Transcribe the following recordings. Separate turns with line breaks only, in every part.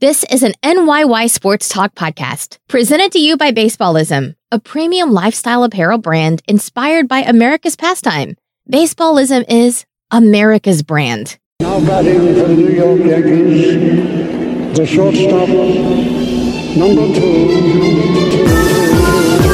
This is an NYY Sports Talk podcast presented to you by Baseballism, a premium lifestyle apparel brand inspired by America's pastime. Baseballism is America's brand.
Now batting for the New York Yankees, the shortstop, number two.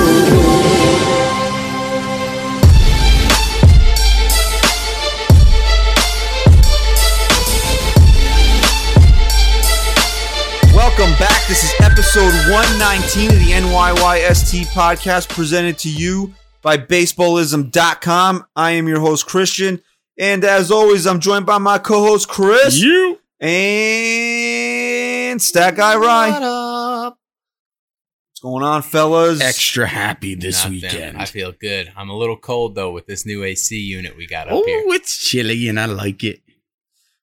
Welcome back. This is episode 119 of the NYYST podcast presented to you by baseballism.com. I am your host, Christian. And as always, I'm joined by my co host, Chris.
You.
And Stat Guy Rye. What's going on, fellas?
Extra happy this
Nothing.
weekend.
I feel good. I'm a little cold though with this new AC unit we got up
oh,
here.
it's chilly and I like it.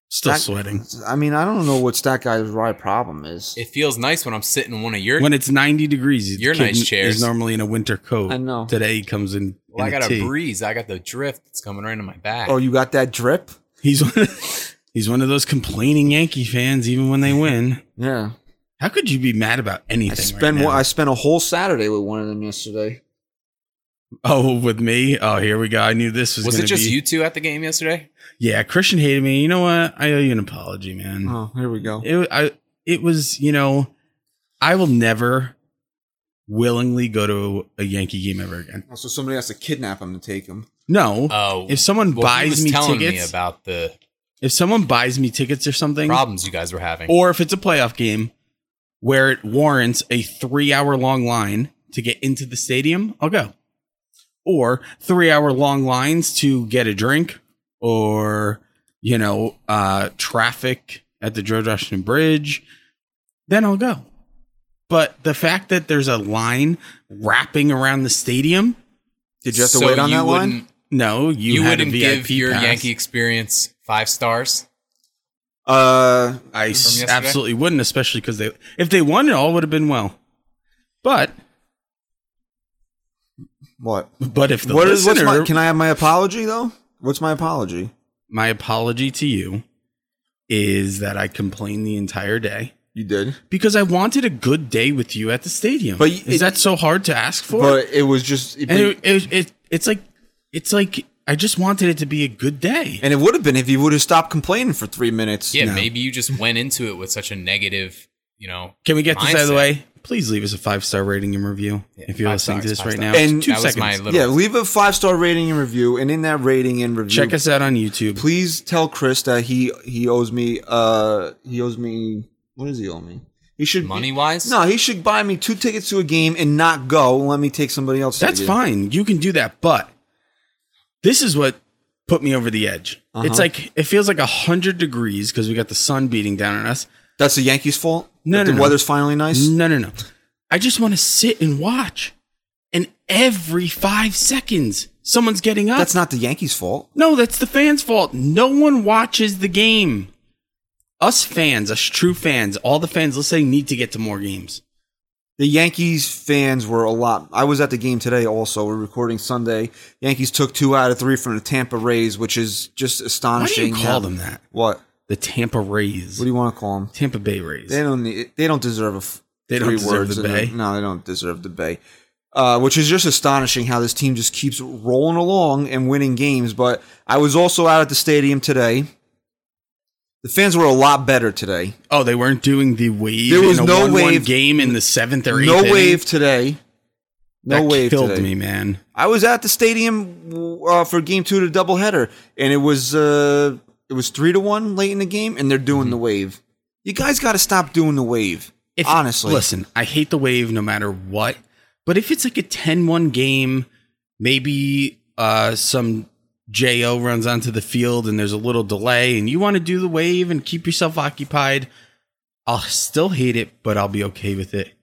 Still
That-
sweating.
I mean, I don't know what Stat Guy Rye problem is.
It feels nice when I'm sitting in one of your.
When it's 90 degrees, it's
Your
kid
nice chairs.
is normally in a winter coat.
I know.
Today he comes in.
well, I
in
got
tee.
a breeze. I got the drift. It's coming right in my back.
oh, you got that drip?
He's one, he's one of those complaining Yankee fans, even when they win.
Yeah.
How could you be mad about anything?
I
right
spent,
now?
one, I spent a whole Saturday with one of them yesterday.
oh, with me? Oh, here we go. I knew this was.
was it
gonna
just
be-
you two at the game yesterday?
Yeah, Christian hated me. You know what? I owe you an apology, man.
Oh, here we go.
Mm. It, I, it was, you know, I will never willingly go to a Yankee game ever again.
So somebody has to kidnap him to take him.
No.
Oh,
if someone
well, he
buys
was
me
telling
tickets,
me about the
if someone buys me tickets or something,
problems you guys were having.
or if it's a playoff game where it warrants a three hour long line to get into the stadium, I'll go. Or three hour long lines to get a drink or, you know, uh, traffic at the George Washington Bridge, then I'll go. But the fact that there's a line wrapping around the stadium,
Did you have to
So
wait on
you
that line?
wouldn't-
no, you,
You,
had a
wouldn't give
VIP
your
pass.
Yankee experience five stars.
Uh,
I s-
yesterday?
absolutely wouldn't, especially because they if they won, it all would have been well. But
what?
but if the
What is
listener,
what's my? Can I have my apology though? What's my apology?
my apology to you is that I complained the entire day
You did,
because I wanted a good day with you at the stadium.
But
is
it-
that so hard to ask for?
but it was just, it,
and it, it, it it's like it's like I just wanted it to be a good day.
and it would have been if you would have stopped complaining for three minutes.
Yeah,
No.
maybe you just went into it with such a negative, you know.
Can we get this out of the
mindset.
way? Please leave us a five star rating and review
Yeah,
if you're
five
listening to
stars,
this
five
right now.
stars.
And-
two
that was
seconds.
my little.
yeah. Leave a five star rating and review, and in that rating and review,
Check us out on YouTube.
Please tell Chris that he he owes me. Uh, he owes me. What does he owe me? He should
money wise.
No, he should buy me two tickets to a game and not go. And let me take somebody else.
That's fine. You can do that, but this is what put me over the edge.
Uh-huh.
It's like it feels like a hundred degrees because we got the sun beating down on us.
That's the Yankees' fault.
No,
That
no,
the
no.
weather's finally nice.
No, no, no. I just want to sit and watch. And every five seconds, someone's getting up.
That's not the Yankees' fault.
no, that's the fans' fault. No one watches the game. Us fans, us true fans, all the fans listening need to get to more games.
The Yankees fans were a lot. I was at the game today also. We're recording Sunday. Yankees took two out of three from the Tampa Rays, which is just
Why do
astonishing.
you call them that?
What?
The Tampa Rays,
What do you want to call them?
Tampa Bay Rays.
They don't need. They don't deserve a. F-
They don't
three
deserve
words
the
in
bay.
it. No, they don't deserve the bay. Uh, which is just astonishing how this team just keeps rolling along and winning games. But I was also out at the stadium today. The fans were a lot better today.
Oh, they weren't doing the wave.
There was
in a
no
1-1
wave.
game in the seventh or eighth.
No
inning?
wave today. No
that
wave
killed
today.
me, man.
I was at the stadium uh, for Game Two to doubleheader, and it was uh, it was three to one late in the game, and they're doing the wave. You guys got to stop doing the wave.
Mm-hmm. If,
Honestly,
listen, I hate the wave no matter what. But if it's like a 10-1 game, maybe uh, some Jo runs onto the field and there's a little delay, and you want to do the wave and keep yourself occupied, I'll still hate it, but I'll be okay with it.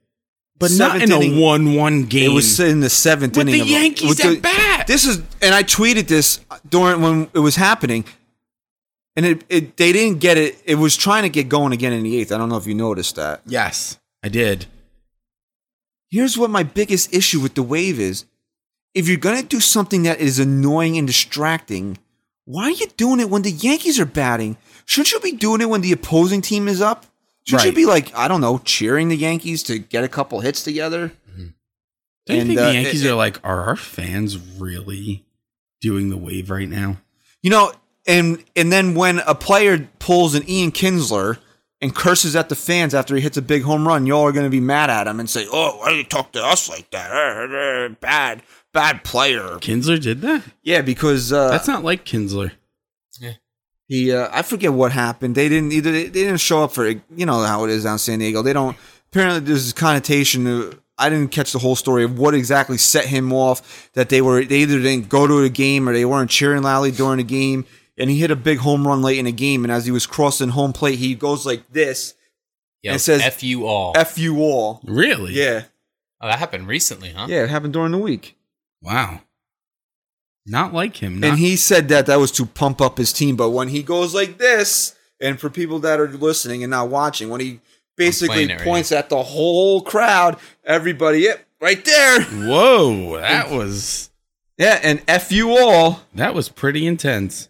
But not
Seventh
in
inning.
a one-one
it
game.
was in the seventh
With
inning
the
of
Yankees
with
at bat.
This is, and I tweeted this during when it was happening, and it, it they didn't get it. It was trying to get going again in the eighth. I don't know if you noticed that.
yes, I did.
Here's what my biggest issue with the wave is. If you're going to do something that is annoying and distracting, why are you doing it when the Yankees are batting? Shouldn't you be doing it when the opposing team is up? Should you
Right.
be like I don't know, cheering the Yankees to get a couple hits together?
Don't you
And,
think
uh,
the Yankees
it-
are like, are our fans really doing the wave right now?
eh, You know, and and then when a player pulls an Ian Kinsler and curses at the fans after he hits a big home run, y'all are going to be mad at him and say, "Oh, why do you talk to us like that? Uh, uh, Bad, bad player."
Kinsler did that?
Yeah, because uh,
That's not like Kinsler.
he uh, I forget what happened. They didn't either. They didn't show up for you know how it is down in San Diego. They don't. Apparently, there's this connotation. Of, I didn't catch the whole story of what exactly set him off. That they were they either didn't go to a game or they weren't cheering loudly during the game. And he hit a big home run late in the game. And as he was crossing home plate, he goes like this:
Yeah,
It says-
F you all.
"F you all."
Really?
Yeah,
oh, that happened recently, huh?
yeah, it happened during the week.
Wow. Not like him.
And
and he,
he said that that was to pump up his team. But when he goes like this, and for people that are listening and not watching, when he basically
playing it right
points at the whole crowd, everybody, yep, right there.
Whoa, that was
Yeah, and F you all.
that was pretty intense.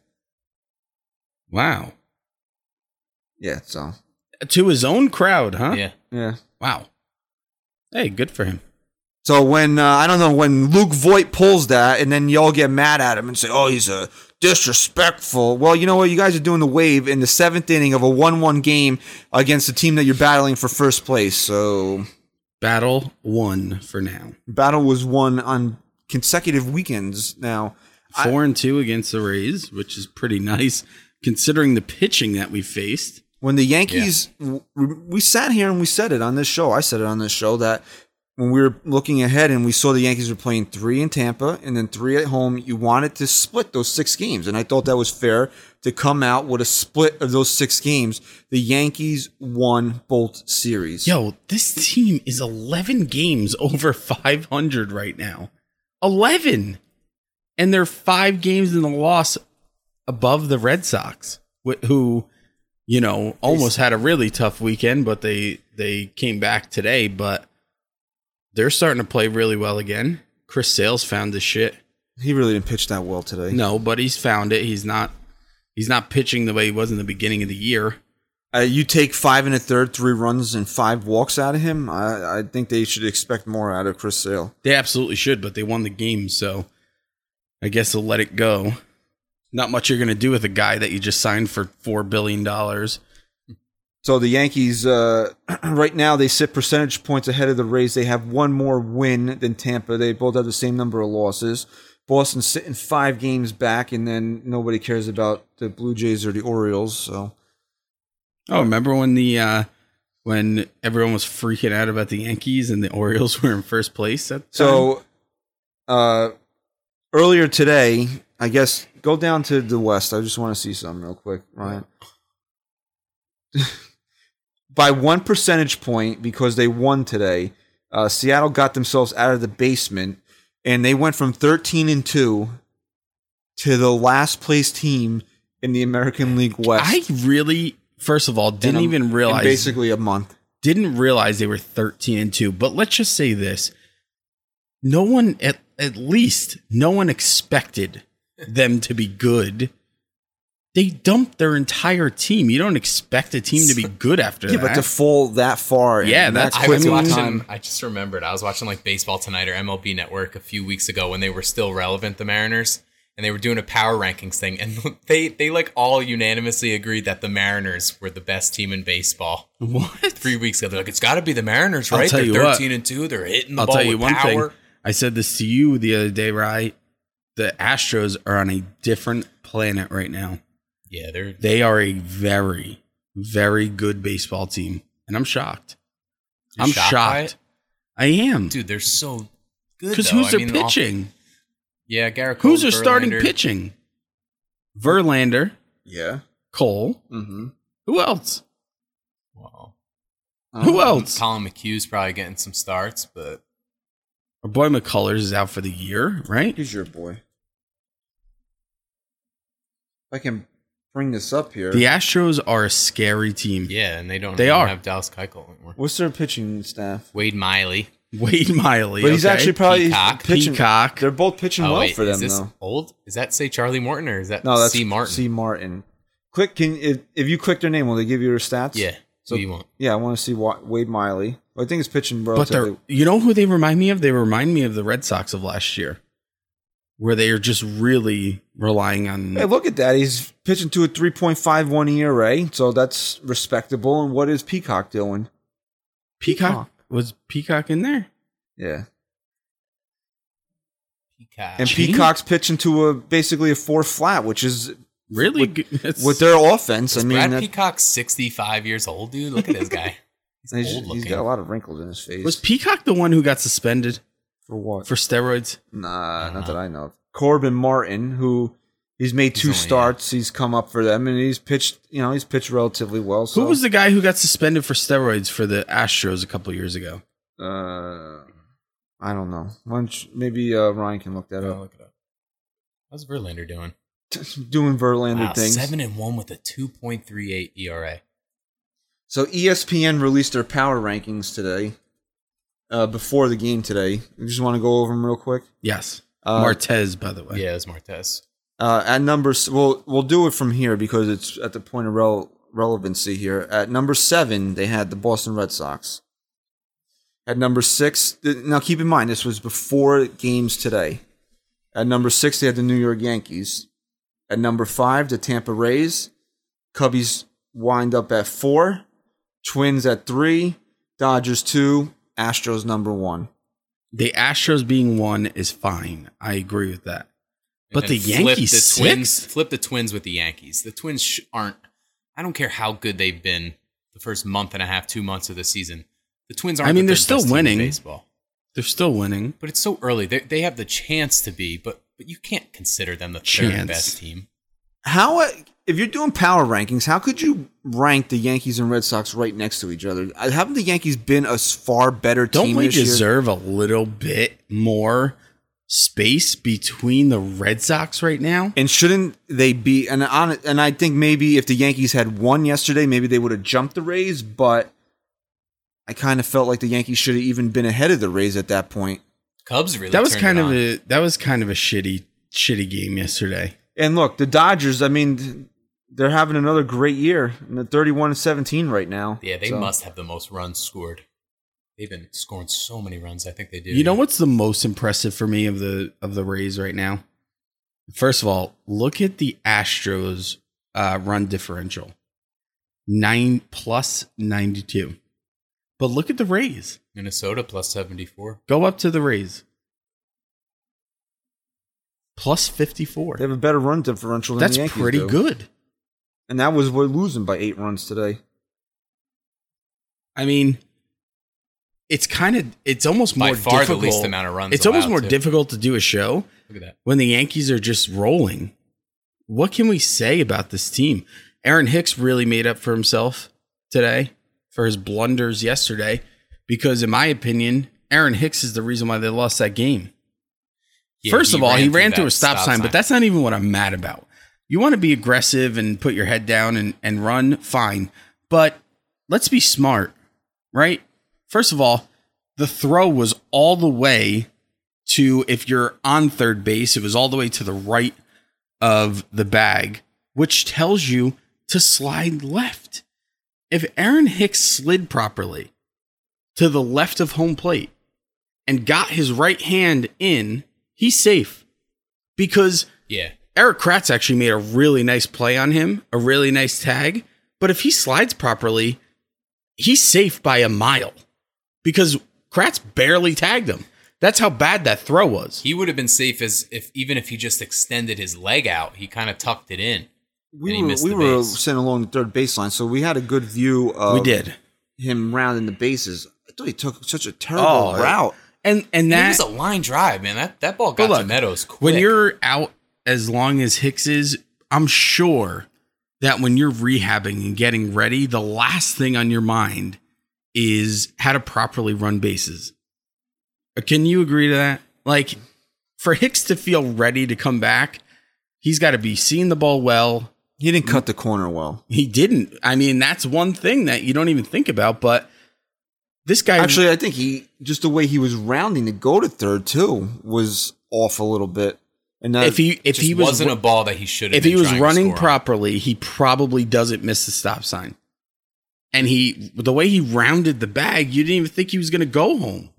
Wow.
Yeah, so,
To his own crowd, huh?
Yeah.
yeah.
Wow. Hey, good for him.
So when, uh, I don't know, when Luke Voigt pulls that, and then y'all get mad at him and say, oh, he's a disrespectful. Well, you know what? You guys are doing the wave in the seventh inning of a 1 1 game against the team that you're battling for first place. So.
Battle one for now.
battle was won on consecutive weekends now.
Four and two against the Rays, which is pretty nice considering the pitching that we faced.
When the Yankees, w we sat here and we said it on this show. I said it on this show that when we were looking ahead and we saw the Yankees were playing three in Tampa and then three at home, you wanted to split those six games. And I thought that was fair to come out with a split of those six games. The Yankees won both series.
Yo, this team is 11 games over 500 right now. 11. And they're five games in the loss above the Red Sox, wh- who, you know, almost had a really tough weekend, but they they came back today. But they're starting to play really well again. Chris Sales found this shit.
He really didn't pitch that well today.
No, but he's found it. He's not he's not pitching the way he was in the beginning of the year.
Uh, you take five and a third, three runs and five walks out of him. I, I think they should expect more out of Chris Sale.
They absolutely should, but they won the game, so I guess they'll let it go. Not much you're gonna do with a guy that you just signed for four billion dollars.
So the Yankees, uh, right now, they sit percentage points ahead of the Rays. They have one more win than Tampa. They both have the same number of losses. Boston's sitting five games back, and then nobody cares about the Blue Jays or the Orioles. So
Oh, remember when the uh when everyone was freaking out about the Yankees and the Orioles were in first place? At the time?
So, uh, earlier today, I guess go down to the west. I just want to see something real quick, Ryan. By one percentage point, because they won today, uh, Seattle got themselves out of the basement, and they went from thirteen and two to the last place team in the American League West.
I really first of all
in
didn't
a-
even
in
realize
basically a month.
didn't realize they were 13 and 2 but let's just say this no one at, at least no one expected them to be good they dumped their entire team you don't expect a team to be good after
Yeah,
that
but to fall that far, in
Yeah,
that
that's-
I
quick
was
of a
watching.
time.
I just remembered. I was watching like Baseball Tonight or MLB Network a few weeks ago when they were still relevant, the Mariners, and they were doing a power rankings thing, and they they like all unanimously agreed that the Mariners were the best team in baseball.
what
Three weeks ago, they're like, it's got to be the Mariners,
I'll
right?
tell
They're
you what.
thirteen and two. They're hitting the
i'll
ball
tell you
with
one
power.
thing i said this to you the other day right the astros are on a different planet right now
Yeah, they're
they are a very very good baseball team and i'm shocked
You're
i'm
shocked
shocked,
by
i
it?
am
dude. They're so good.
because
though.
who's
I
their
mean, all-
pitching
yeah, Garrett. Cole,
Who's their starting
Verlander.
pitching? Verlander,
Yeah.
Cole.
Mm-hmm.
Who else?
Well,
Uh-huh.
Um,
Who else?
Colin McHugh's probably getting some starts, but
Our boy McCullers is out for the year, right?
He's your boy. If I can bring this up here.
The Astros are a scary team.
yeah, and they don't.
They
even
are.
have Dallas Keuchel anymore.
What's their pitching staff?
Wade Miley.
Wade Miley,
But he's
okay?
actually probably
Peacock. Oh,
pitching.
Peacock.
They're both pitching well
wait,
for them
is this
though.
Old? Is that say Charlie Morton or is that
No, that's
C Martin?
C Martin. Click. Can if, if you click their name, will they give you their stats?
yeah. Who you want?
Yeah, I want to see Wa- Wade Miley. I think it's pitching
But they're,
relatively.
you know who they remind me of? They remind me of the Red Sox of last year, where they are just really relying on.
hey, look at that. He's pitching to a 3.51 ERA, E so that's respectable. And what is Peacock doing?
Peacock.
Peacock.
was Peacock in there.
Yeah,
Peacock.
and
Gee.
Peacock's pitching to a basically a four flat, which is
Really,
With-
good. It's-
with their offense. I
Is
mean,
Brad
that-
Peacock's 65 years old, dude. Look at this guy. He's
he's,
old
he's
looking.
got a lot of wrinkles in his face.
was Peacock the one who got suspended
for what?
for steroids?
Nah,
Uh-huh.
not that I know of. Corbin Martin, who he's made
He's
two
only-
starts, he's come up for them, and he's pitched. You know, he's pitched relatively well. So,
Who was the guy who got suspended for steroids for the Astros a couple years ago?
Uh, I don't know. Why don't you- maybe uh, Ryan can look that
Oh,
up.
look it up. How's Verlander doing?
Doing Verlander
Wow,
things.
Oh. Ah, seven and one with a 2.38 ERA.
So E ESPN released their power rankings today. Uh, before the game today, you just want to go over them real quick.
Yes,
Uh,
Martez, by the way.
Yeah, it was Martez.
Uh, at number, s- we'll we'll do it from here because it's at the point of rel- relevancy here. At number seven, they had the Boston Red Sox. At number six, th- now keep in mind this was before games today. At number six, they had the New York Yankees. At number five, the Tampa Rays. Cubbies wind up at four. Twins at three. Dodgers two. Astros number one.
The Astros being one is fine. I agree with that. But
And
the
flip
Yankees
twins,
sixth?
flip the Twins with the Yankees. The Twins sh- aren't. I don't care how good they've been the first month and a half, two months of the season. The Twins aren't.
I mean,
the
they're
third
still
best team in
winning.
baseball,
They're still winning.
but it's so early. They they have the chance to be, but but you can't consider them the third
Chance.
best team.
How uh, if you're doing power rankings, how could you rank the Yankees and Red Sox right next to each other? Uh, Haven't the Yankees been a far better
Don't
team
we
this year?
deserve a little bit more space between the Red Sox right now?
And shouldn't they be? And on, and I think maybe if the Yankees had won yesterday, maybe they would have jumped the Rays. But I kind of felt like the Yankees should have even been ahead of the Rays at that point.
Cubs really.
that was kind
turned it
of
on.
a that was kind of a shitty shitty game yesterday.
And look, the Dodgers. I mean, they're having another great year. And they're 31 and 17 right now.
Yeah, they
So-
must have the most runs scored. They've been scoring so many runs. I think they do.
You know what's the most impressive for me of the of the Rays right now? First of all, look at the Astros uh, run differential. 9 plus 92. But look at the Rays.
Minnesota plus seventy four.
Go up to the Rays. Plus 54.
They have a better run differential than
That's
the Yankees
pretty
do.
good.
And that was we're losing by eight runs today.
I mean, it's kind of it's almost
By
more
far the
difficult.
least amount of runs
It's almost
allowed,
more
too.
difficult to do a show
Look at that.
when the Yankees are just rolling. What can we say about this team? Aaron Hicks really made up for himself today for his blunders yesterday because in my opinion, Aaron Hicks is the reason why they lost that game.
Yeah,
First of all, he ran
that
through a stop, sign, but
that's.
that's not even what I'm mad about. You want to be aggressive and put your head down and, and run, fine. But let's be smart, right? First of all, the throw was all the way to, if you're on third base, it was all the way to the right of the bag, which tells you to slide left. If Aaron Hicks slid properly to the left of home plate and got his right hand in, he's safe because
Yeah.
Eric Kratz actually made a really nice play on him, a really nice tag. But if he slides properly, he's safe by a mile because Kratz barely tagged him. That's how bad that throw was.
He would have been safe as if even if he just extended his leg out, he kind of tucked it in. And
We
he
were,
missed
we
the
were
base.
sitting along the third baseline, so we had a good view of
we did.
him rounding the bases. I thought he took such a terrible
Oh,
route.
And and
That
that
was a line drive, man. That that ball got
But
to
look,
Meadows quick.
when you're out as long as Hicks is, I'm sure that when you're rehabbing and getting ready, the last thing on your mind is how to properly run bases. Uh, Can you agree to that? Like for Hicks to feel ready to come back, he's got to be seeing the ball well.
He didn't cut the corner well.
He didn't. I mean, that's one thing that you don't even think about, but this guy
Actually, I think he just the way he was rounding to go to third too was off a little bit. And that,
if he if
Just
he was
wasn't a ball that he should have
if
been
he was
trying to
running
score on.
properly, he probably doesn't miss the stop sign. and he the way he rounded the bag, you didn't even think he was going to go home.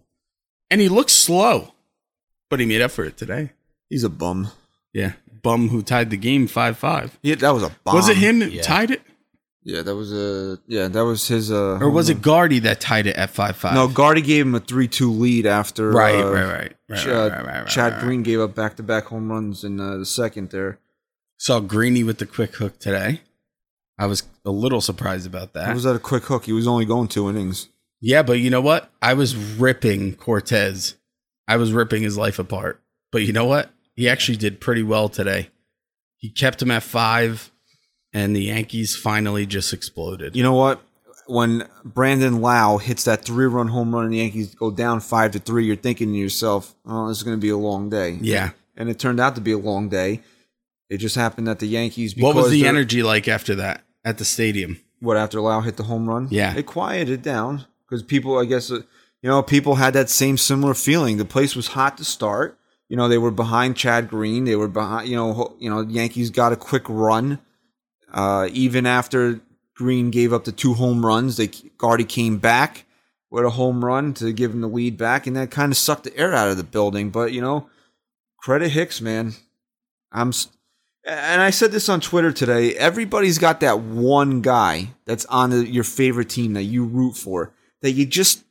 And he looked slow, but he made up for it today.
He's a bum.
Yeah, bum who tied the game five five.
Yeah, that was a bomb.
Was it him that
yeah.
tied it,
Yeah, that was a yeah, that was his. Uh,
or was
home
it Guardy that tied it at five five?
run. No, Guardy gave him a three-two lead after.
right,
uh,
right, right, right,
Ch-
right,
uh,
right, right, right,
Chad
right.
Green gave up back-to-back home runs in uh, the second there.
Saw Greeny with the quick hook today. I was a little surprised about that.
It was that a quick hook? He was only going two innings.
Yeah, but you know what? I was ripping Cortez. I was ripping his life apart. But you know what? He actually did pretty well today. He kept him at five, and the Yankees finally just exploded.
You know what? When Brandon Lau hits that three-run home run and the Yankees go down five to three, you're thinking to yourself, "Oh, this is going to be a long day."
yeah.
and it turned out to be a long day. It just happened that the Yankees.
What was
because
the
they're-
energy like after that at the stadium?
What after Lau hit the home run?
Yeah.
it quieted down because people, I guess, uh, you know, people had that same similar feeling. The place was hot to start. You know, they were behind Chad Green. They were behind. You know, ho- you know, Yankees got a quick run. Uh, even after Green gave up the two home runs, they Guardy came back with a home run to give him the lead back, and that kind of sucked the air out of the building. But you know, credit Hicks, man. I'm, s- and I said this on Twitter today. Everybody's got that one guy that's on the, your favorite team that you root for that you just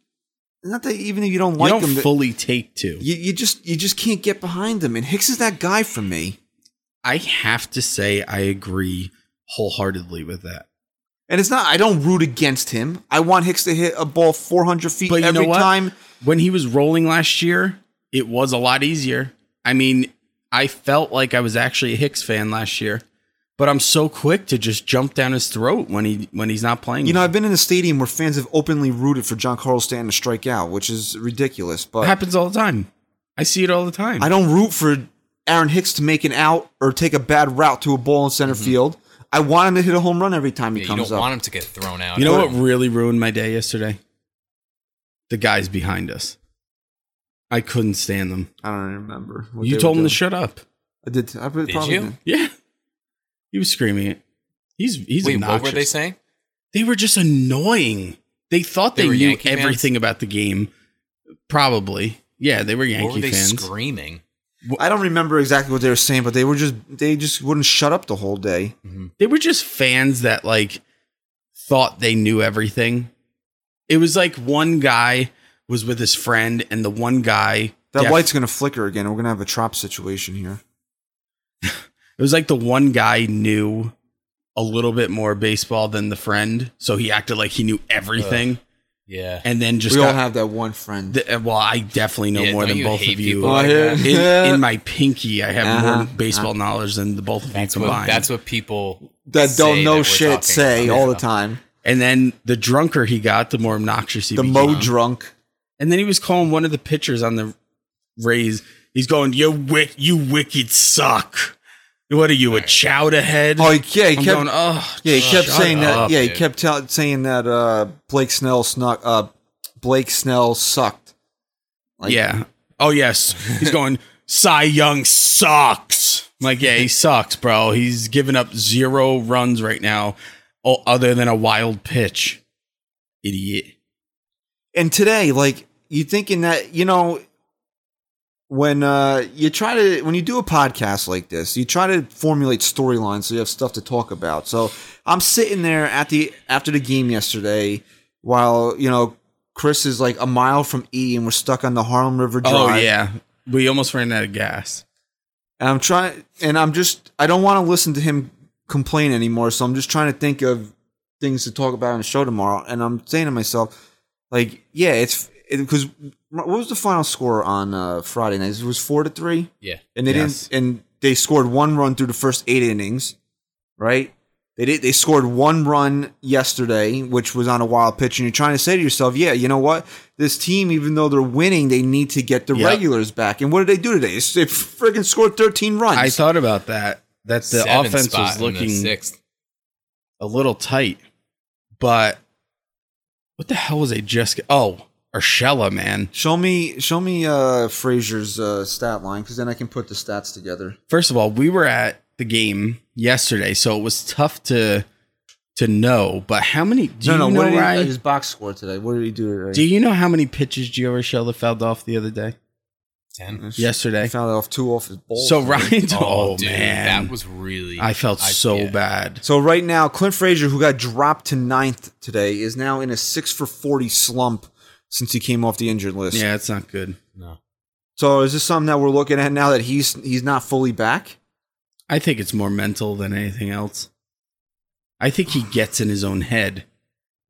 not that even if you don't
You
like
don't
them, that-
fully take to.
you, you just you just can't get behind them. And Hicks is that guy for me.
I have to say, I agree wholeheartedly with that.
And it's not. I don't root against him. I want Hicks to hit a ball 400 feet
But you
every
know what?
time.
when he was rolling last year, it was a lot easier. I mean, I felt like I was actually a Hicks fan last year, but I'm so quick to just jump down his throat when he when he's not playing.
You know, I've been in a stadium where fans have openly rooted for John Carl Stanton to strike out, which is ridiculous.
it
But
happens all the time. I see it all the time.
I don't root for Aaron Hicks to make an out or take a bad route to a ball in center field. I want him to hit a home run every time he
Mm-hmm. Yeah, you
comes
don't
up.
want him to get thrown out.
you know what
But
really ruined my day yesterday? The guys behind us. I couldn't stand them.
I don't remember. what they
you
were
told them to
doing.
shut up.
I did. I probably
Did
probably
you?
did.
Yeah, he was screaming it. He's he's
Wait,
obnoxious.
what were they saying?
they were just annoying. They thought they,
They were
knew
Yankee fans?
everything about the game. Probably. Yeah, they were Yankee
what were they
fans.
screaming?
I don't remember exactly what they were saying, but they were just they just wouldn't shut up the whole day.
They were just fans that like thought they knew everything. It was like one guy was with his friend and the one guy
That
def-
light's gonna flicker again. We're gonna have a trop situation here.
It was like the one guy knew a little bit more baseball than the friend, so he acted like he knew everything
Yeah.
and then just
we all
got-
have that one friend.
the- well, I definitely know
Yeah,
more
don't
than
you
both
hate
of you.
people like that?
in, in my pinky, I have
Uh-huh.
more baseball knowledge than the both of
That's
you
what,
combined.
that's what people
that don't
say
know
we're
shit
talking
say
about.
all the
Yeah.
time.
and then the drunker he got, the more obnoxious he
The
became.
mo drunk.
and then he was calling one of the pitchers on the Rays. He's going, "You wick, you wicked suck. What are you, a chowder head?"
Oh yeah, he
I'm
kept
going, "Oh,
yeah he kept
shut
saying that.
up."
Yeah, he
dude.
kept tell saying that uh, Blake Snell snuck. Uh, Blake Snell sucked. Like-
yeah. Oh yes, he's going. Cy Young sucks. I'm like, yeah, he sucks, bro. He's given up zero runs right now, o- other than a wild pitch. Idiot.
And today, like you thinking that you know when uh, you try to when you do a podcast like this, you try to formulate storylines so you have stuff to talk about. So I'm sitting there at the after the game yesterday, while you know Chris is like a mile from E, and we're stuck on the Harlem River Drive.
Oh yeah, we almost ran out of gas.
And I'm trying, and I'm just, I don't want to listen to him complain anymore. So I'm just trying to think of things to talk about on the show tomorrow. And I'm saying to myself, like, yeah, it's because what was the final score on uh, Friday night? It was four to three,
Yeah.
and they
Yes.
didn't, and they scored one run through the first eight innings, right? They did. They scored one run yesterday, which was on a wild pitch. And you're trying to say to yourself, yeah, you know what? This team, even though they're winning, they need to get the
Yep.
regulars back. And what did they do today? They friggin' scored 13 runs.
I thought about that. That the
Seventh
offense
spot
was
in the
looking
sixth.
a little tight, but what the hell was they just? Oh, Urshela, man.
Show me, show me uh, Frazier's uh, stat line, because then I can put the stats together.
First of all, we were at the game yesterday, so it was tough to to know, but how many? Do
no, no.
you
what
know,
did he,
Ryan?
his box score today? What did he do today?
do you know how many pitches Gio Urshela fouled off the other day?
Ten.
He
Yesterday.
found off two off his bowl.
So Ryan, oh, man,
that was really.
I felt so
yeah.
bad.
So right now, Clint Frazier, who got dropped to ninth today, is now in a six for forty slump since he came off the injured list.
Yeah, it's not good.
No.
So is this something that we're looking at now that he's he's not fully back?
I think it's more mental than anything else. I think he gets in his own head,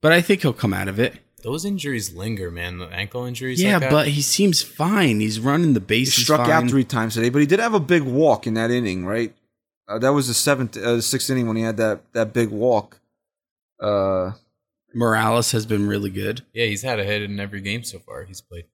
but I think he'll come out of it.
Those injuries linger, man. The ankle injuries.
yeah,
like that.
but he seems fine. He's running the
He
base.
struck
fine.
out three times today, but he did have a big walk in that inning, right? Uh, that was the seventh, uh, the sixth inning when he had that that big walk. Uh,
Morales has been really good,
yeah, he's had a hit in every game so far he's played.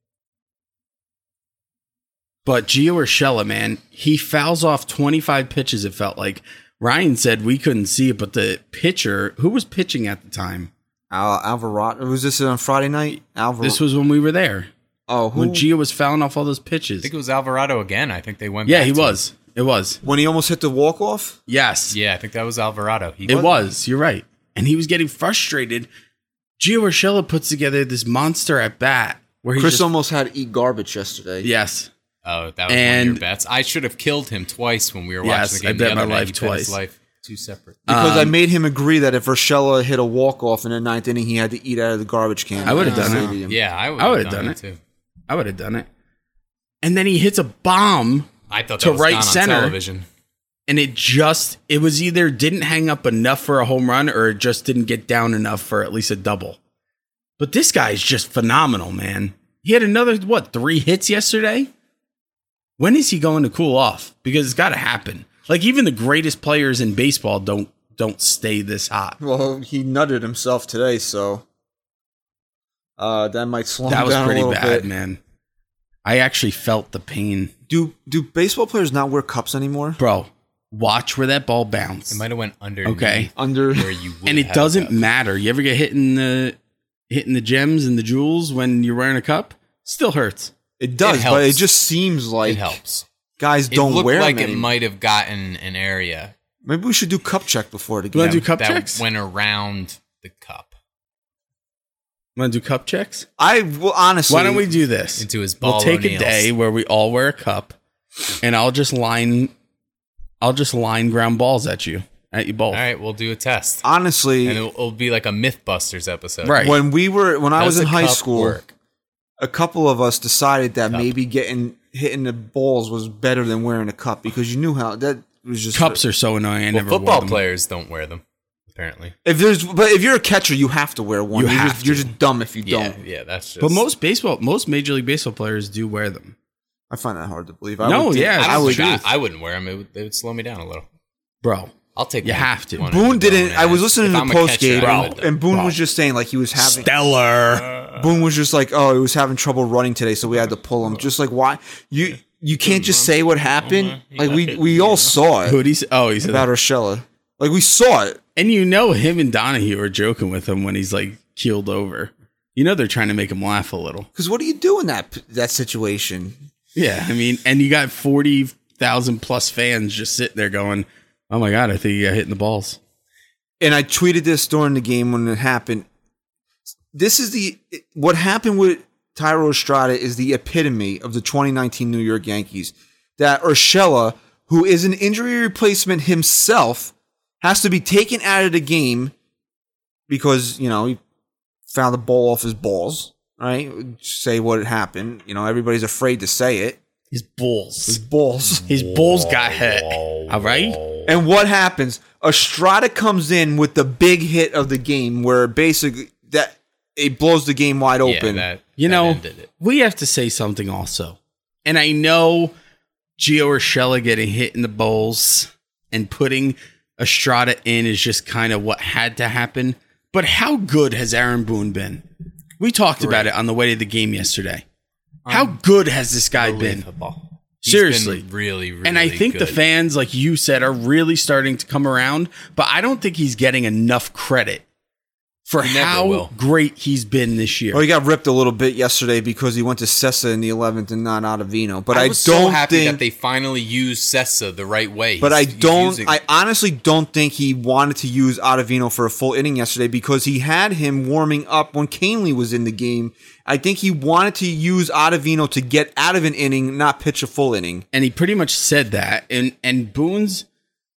but Gio Urshela, man, he fouls off twenty five pitches. It felt like Ryan said we couldn't see it, but the pitcher who was pitching at the time.
Al Alvarado was this on Friday night? Alvarado.
This was when we were there
oh who,
when Gio was fouling off all those
I
pitches.
think it was Alvarado again. I think they went.
yeah,
back
he
to him.
was. It was.
when he almost hit the walk off.
Yes.
Yeah, I think that was Alvarado. He
It was. You're right. And he was getting frustrated. Gio Urshela puts together this monster at bat where he
Chris
just,
almost had to eat garbage yesterday.
yes,
Oh, that was one of
And-
your bets. I should have killed him twice when we were watching
Yes,
the game.
I bet
the
my
other night.
life
He bet his
twice.
Life two separate.
Because I
Um,
made him agree that if Urshela hit a walk off in the ninth inning, he had to eat out of the garbage can.
I would've
at the
done it.
stadium.
Yeah, I would.
I
have
would've
done,
done
it too.
I would have done it. And then he hits a bomb
I thought that
To
was
right
gone
center.
on television.
and it just it was either didn't hang up enough for a home run or it just didn't get down enough for at least a double. But this guy is just phenomenal, man. He had another what, 3 hits yesterday? When is he going to cool off? Because it's got to happen. Like even the greatest players in baseball don't don't stay this hot.
Well, he nutted himself today, so uh, that might slow
that
him
was
down
pretty
a little
bad,
bit.
man. I actually felt the pain,
Do do baseball players not wear cups anymore?
bro. Watch where that ball bounced,
It might have went under.
Okay.
Under
where you would
and it
have
doesn't
bet.
matter. You ever get hit in the hitting the gems and the jewels when you're wearing a cup? Still hurts.
it does,
It
but it
helps.
just seems like
it helps.
guys
It
don't
looked
wear
like
them.
it
anymore.
might have gotten an area
Maybe we should do cup check before the
You
game.
want to do cup
that
checks?
went around the cup
want to do cup checks?
I will honestly.
Why don't we do this?
into his ball.
We'll take a
O'Neals.
day where we all wear a cup, and I'll just line, I'll just line ground balls at you, at you both.
All right, we'll do a test,
honestly?
and it'll, it'll be like a MythBusters episode.
Right.
When we were when I
Does
was in
the
high
cup
school,
work?
a couple of us decided that maybe getting hitting the balls was better than wearing a cup because you knew how that was just
Cups are so annoying. I
Well,
never wore
football
them.
players don't wear them. Apparently,
If there's, but if you're a catcher, you have to wear one.
You
You are
have
just, you're
to.
just dumb if you
yeah,
don't.
yeah, that's just.
But most baseball, most major league baseball players do wear them.
I find that hard to believe. I
No,
would think-
yeah,
I,
I
that's
would.
true.
I, I wouldn't wear them. It would, they would slow me down a little.
Bro,
I'll take.
You
one-
have to.
one and
Boone
a bone
didn't. I was
ass.
listening
If
to
I'm
the
a
post
catcher,
game,
I would, though.
and Boone
Bro.
was just saying like he was having.
stellar.
Boone was just like, oh, he was having trouble running today, so we had to pull him. Just like why you you can't just say what happened. Like we we all saw
Who
it
did he? Say? Oh, he said
about Urshela. Like we saw it.
And you know him and Donahue are joking with him when he's like keeled over. You know they're trying to make him laugh a little.
Because what do you do in that that situation?
Yeah, I mean, and you got forty thousand plus fans just sitting there going, "Oh my god, I think he got hit in the balls."
and I tweeted this during the game when it happened. This is the what happened with Tyro Estrada is the epitome of the 2019 New York Yankees. That Urshela, who is an injury replacement himself, has to be taken out of the game because you know he found the ball off his balls. Right? Say what happened. You know everybody's afraid to say it.
His
His
balls,
balls.
his balls got hit. All right,
And what happens? Estrada comes in with the big hit of the game, where basically that it blows the game wide
Yeah,
open.
that-
you
that
know
ended it.
we have to say something also, and I know Gio Urshela getting hit in the balls and putting Estrada in is just kind of what had to happen. But how good has Aaron Boone been? We talked about it on the way to the game yesterday.
Um,
How good has this guy been?
Unbelievable. He's been
Seriously.
really, really.
and I think the
good.
fans, like you said, are really starting to come around, but I don't think he's getting enough credit for
He never
how
will.
great he's been this year.
Well, Oh, he got ripped a little bit yesterday because he went to Sessa in the 11th and not Ottavino. But I,
I
don't
was so happy
think
that they finally used Sessa the right way.
But I
He's- he's
don't.
using-
I honestly don't think he wanted to use Ottavino for a full inning yesterday because he had him warming up when Canley was in the game. I think he wanted to use Ottavino to get out of an inning, not pitch a full inning.
and he pretty much said that. And and Boone's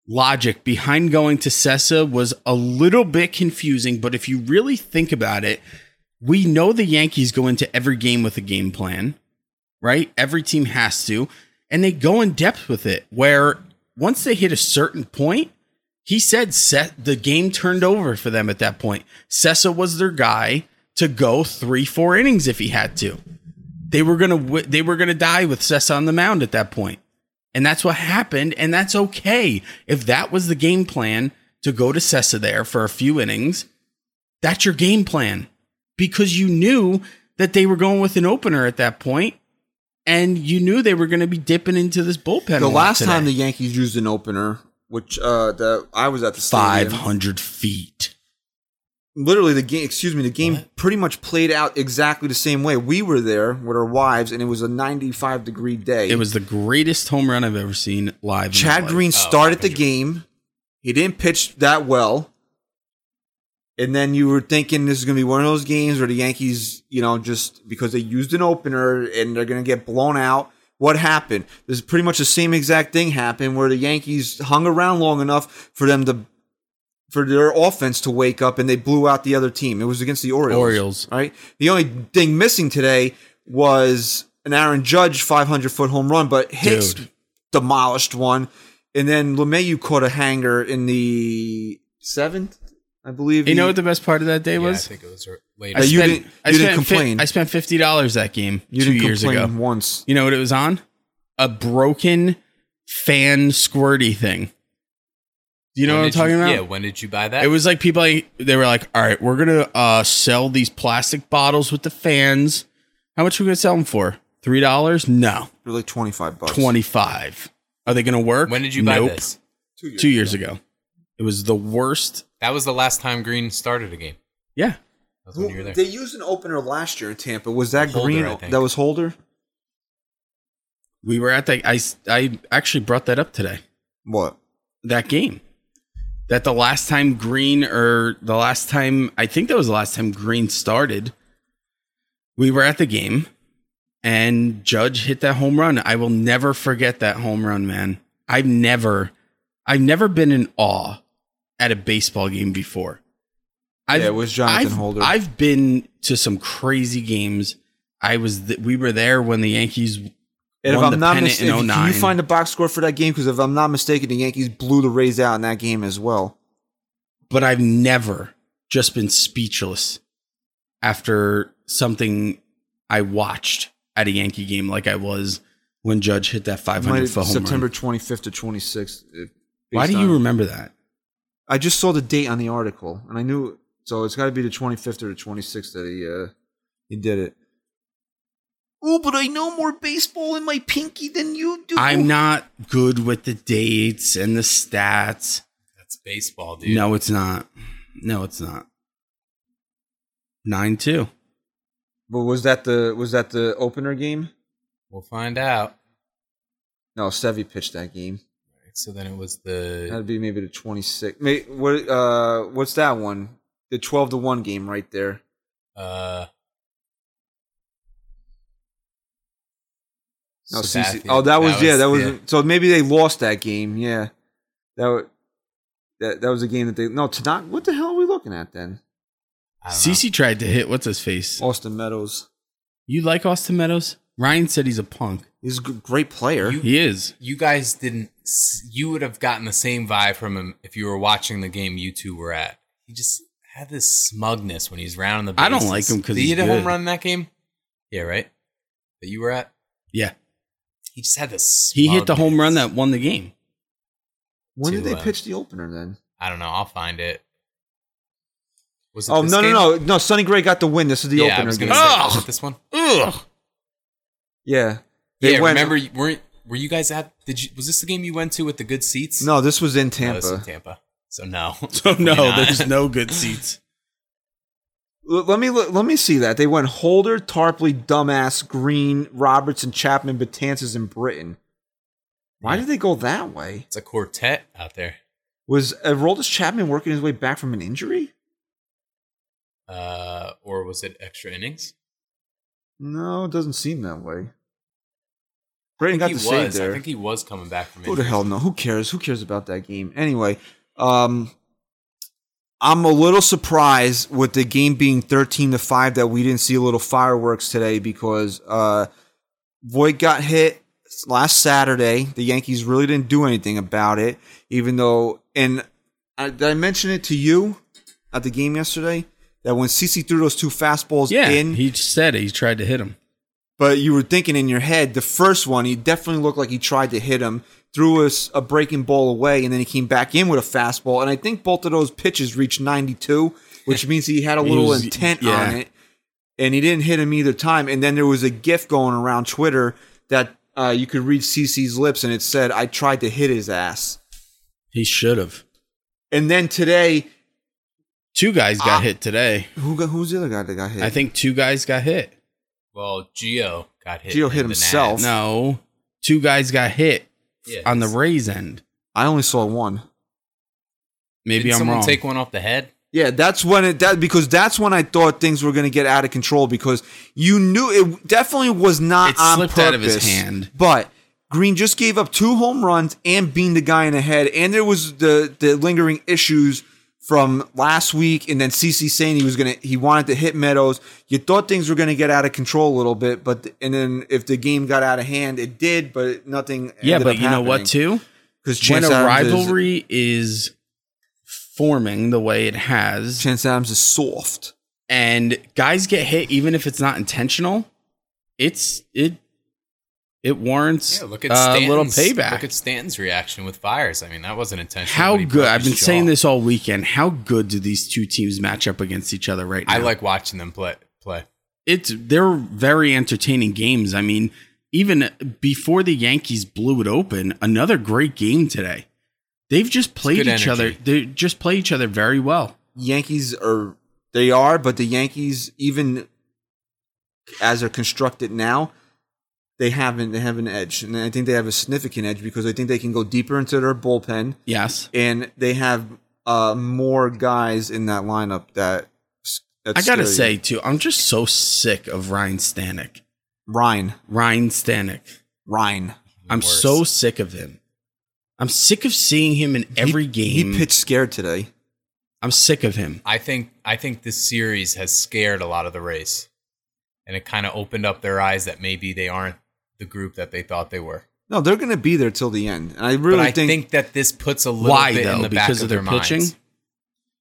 logic behind going to Sessa was a little bit confusing, but if you really think about it, we know the Yankees go into every game with a game plan, right? Every team has to, and they go in depth with it. Where once they hit a certain point, he said set the game turned over for them at that point. Sessa was their guy to go three, four innings if he had to they were gonna w- they were gonna die with Sessa on the mound at that point, and that's what happened, and that's okay if that was the game plan to go to Sessa there for a few innings. That's your game plan because you knew that they were going with an opener at that point, and you knew they were going to be dipping into this bullpen.
The last time the Yankees used an opener, which uh, the I was at the
five
stadium.
hundred feet.
literally the game excuse me the game pretty much played out exactly the same way we were there with our wives and it was a 95 degree day
It was the greatest home run I've ever seen live. in my
chad
life.
green
Oh,
started the
100.
game he didn't pitch that well and then you were thinking this is going to be one of those games where the yankees you know just because they used an opener and they're going to get blown out what happened this is pretty much the same exact thing happened where the yankees hung around long enough for them to for their offense to wake up and they blew out the other team. It was against the Orioles.
Orioles.
Right? The only thing missing today was an Aaron Judge 500 foot home run, but Hicks
Dude.
demolished one. And then LeMayu caught a hanger in the seventh, I believe.
You know
he-
what the best part of that day
Yeah,
was?
I think it was
I
later.
you
spent,
didn't- you
I
didn't
spent fi-
complain.
I spent fifty dollars that game
you
2
didn't
years
complain
ago.
once.
You know what it was on? A broken fan squirty thing. Do you know
When
what I'm
Oh, did
talking about?
Yeah, when did you buy that?
It was like people like, they were like, "All right, we're gonna uh, sell these plastic bottles with the fans. How much are we gonna sell them for? Three dollars? No,
They're like 25 bucks.
twenty five. Are they gonna work?
when did you buy
Nope.
this?
Two years ago. It was the worst.
That was the last time Green started a game.
Yeah,
That was
Who-
when you were there.
They used an opener last year in Tampa. Was that
Holder,
Green?
I think.
That was Holder?
we were at the. I s- I actually brought that up today.
What?
that game. That the last time Green or the last time I think that was the last time Green started, we were at the game and Judge hit that home run. I will never forget that home run, man. I've never I've never been in awe at a baseball game before. I've,
yeah, it was Jonathan
I've,
Holder.
I've been to some crazy games. I was th- we were there when the Yankees
And if
won
I'm
the
not
pennant in
mistaken, can you
09.
find the box score for that game? Because if I'm not mistaken, the Yankees blew the Rays out in that game as well.
but I've never just been speechless after something I watched at a Yankee game like I was when Judge hit that 500
Might-
foot home
September
run.
25th to 26th. uh,
Why
based
do you
on-
remember that?
I just saw the date on the article, and I knew so it's got to be the 25th or the 26th that he uh, he did it. Oh, but I know more baseball in my pinky than you do.
I'm not good with the dates and the stats.
That's baseball, dude.
No, it's not. No, it's not. 9 2.
But was that the was that the opener game?
We'll find out.
No, Sevy pitched that game.
So then it was the
That'd be maybe the 26th. May, what uh, what's that one? The 12 to one game right there.
uh
No,
Sabathia.
CC. Oh, that was yeah, that was
yeah.
so maybe they lost that game. Yeah, that wa- that that was a game that they no Tanaka. What the hell are we looking at then?
I don't know.
CeCe tried to hit what's his face?
Austin Meadows.
You like Austin Meadows? Ryan said he's a punk.
He's a g- great player.
You-
He is.
you guys didn't s- you would have gotten the same vibe from him if you were watching the game you two were at he just had this smugness when he's rounding the bases.
I don't like him 'cause
Did he
he's
hit a home
good.
run in that game yeah right that you were at
Yeah.
he just had this
He hit the home run
smugness.
that won the game.
when did
to,
they
uh,
pitch the opener then?
i don't know i'll find it was it
Oh
this
no
game?
no no no! Sonny Gray got the win. This is the
yeah, I
opener
was
game.
gonna say, was
Ugh.
it this one
Ugh.
yeah, they
yeah,
went-
remember weren't were you guys at did you was this the game you went to with the good seats
No, this was in
No, Oh, this
Tampa.
was in Tampa so no
So no,
Probably not.
there's no good seats.
L- Let me let me see that they went Holder, Tarpley, Dumbass, Green, Robertson, Chapman, Batanzas, and Britain. Why did they go that way?
It's a quartet out there.
Was Aroldis Chapman working his way back from an injury?
Uh, or was it extra innings?
No, it doesn't seem that way. Britain got
he
the save
was.
there.
I think he was coming back from
Who the
injury.
hell no? Who cares? Who cares about that game? Anyway, um, I'm a little surprised with the game being 13 to five that we didn't see a little fireworks today because uh, Voigt got hit last Saturday. The Yankees really didn't do anything about it, even though. And I, did I mention it to you at the game yesterday that when CC threw those two fastballs
Yeah,
in,
he said he tried to hit him.
but you were thinking in your head the first one he definitely looked like he tried to hit him threw us a breaking ball away and then he came back in with a fastball and i think both of those pitches reached 92 which means he had a
He
little
was-
intent
yeah.
on it and he didn't hit him either time and then there was a gif going around twitter that uh, you could read cc's lips and it said i tried to hit his ass
He should have.
and then today
Two guys
Ah.
got hit today.
who got, who's the other guy that got hit
I think two guys got hit.
Well, Geo got hit.
Gio
in
hit
the
himself.
Nats.
No, two guys got hit
Yeah.
on the Rays end.
i only saw one
Maybe
Did
I'm
someone
wrong.
take one off the head?
Yeah, that's when it that because that's when I thought things were going to get out of control because you knew it definitely was not
It
on
slipped
purpose,
out of his hand.
But Green just gave up two home runs and beamed the guy in the head, and there was the the lingering issues from last week, and then CC saying he was gonna he wanted to hit Meadows. You thought things were going to get out of control a little bit, but and then if the game got out of hand, it did, but nothing.
yeah, but you know what? Too
Because
when a rivalry is forming the way it has,
Chance Adams is soft.
and guys get hit even if it's not intentional it's it it warrants
Yeah, look at
a
Stanton's,
little
Look at
payback
Stanton's reaction with fires. I mean, that wasn't intentional.
how
but he
good
broke
i've
his
been saying
jaw.
this all weekend how good do these two teams match up against each other right now
I like watching them play. Play.
it's they're very entertaining games i mean even before the yankees blew it open another great game today they've just played
good
each other
energy.
they just play each other very well
Yankees are they are, but the Yankees even as they're constructed now, they haven't they have an edge, and I think they have a significant edge because I think they can go deeper into their bullpen,
yes
and they have uh, more guys in that lineup that. That's
i gotta
scary.
say too i'm just so sick of ryan stanek
Ryan,
ryan stanek
Ryan,
I'm
Worse.
so sick of him. I'm sick of seeing him in every
He-
game.
He pitched scared today.
I'm sick of him.
I think I think this series has scared a lot of the race, and it kind of opened up their eyes that maybe they aren't the group that they thought they were.
No, they're going to be there till the end, and I really
but I think,
think,
that this puts a little
Why,
bit
though?
in the back
Because
of,
of
their,
their pitching?
minds.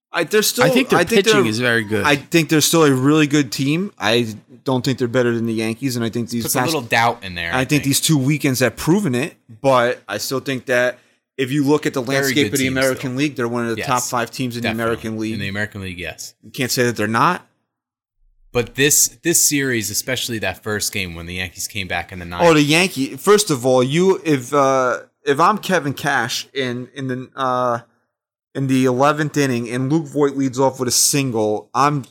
I, they're still.
I think their pitching
they're-
is very good.
I think they're still a really good team. I don't think they're better than the Yankees, and I think these
Puts a
past
little doubt in there.
I think these two weekends have proven it, but I still think that if you look at the
Very
landscape
good
of the
team
American
still.
League, they're one of the
Yes,
top five teams in
Definitely.
the American League.
In the American League, yes.
you can't say that they're not.
But this this series, especially that first game when the Yankees came back in the ninth,
Or Oh, the Yankee. First of all, you if uh, if I'm Kevin Cash in in the uh, in the eleventh inning and Luke Voigt leads off with a single, I'm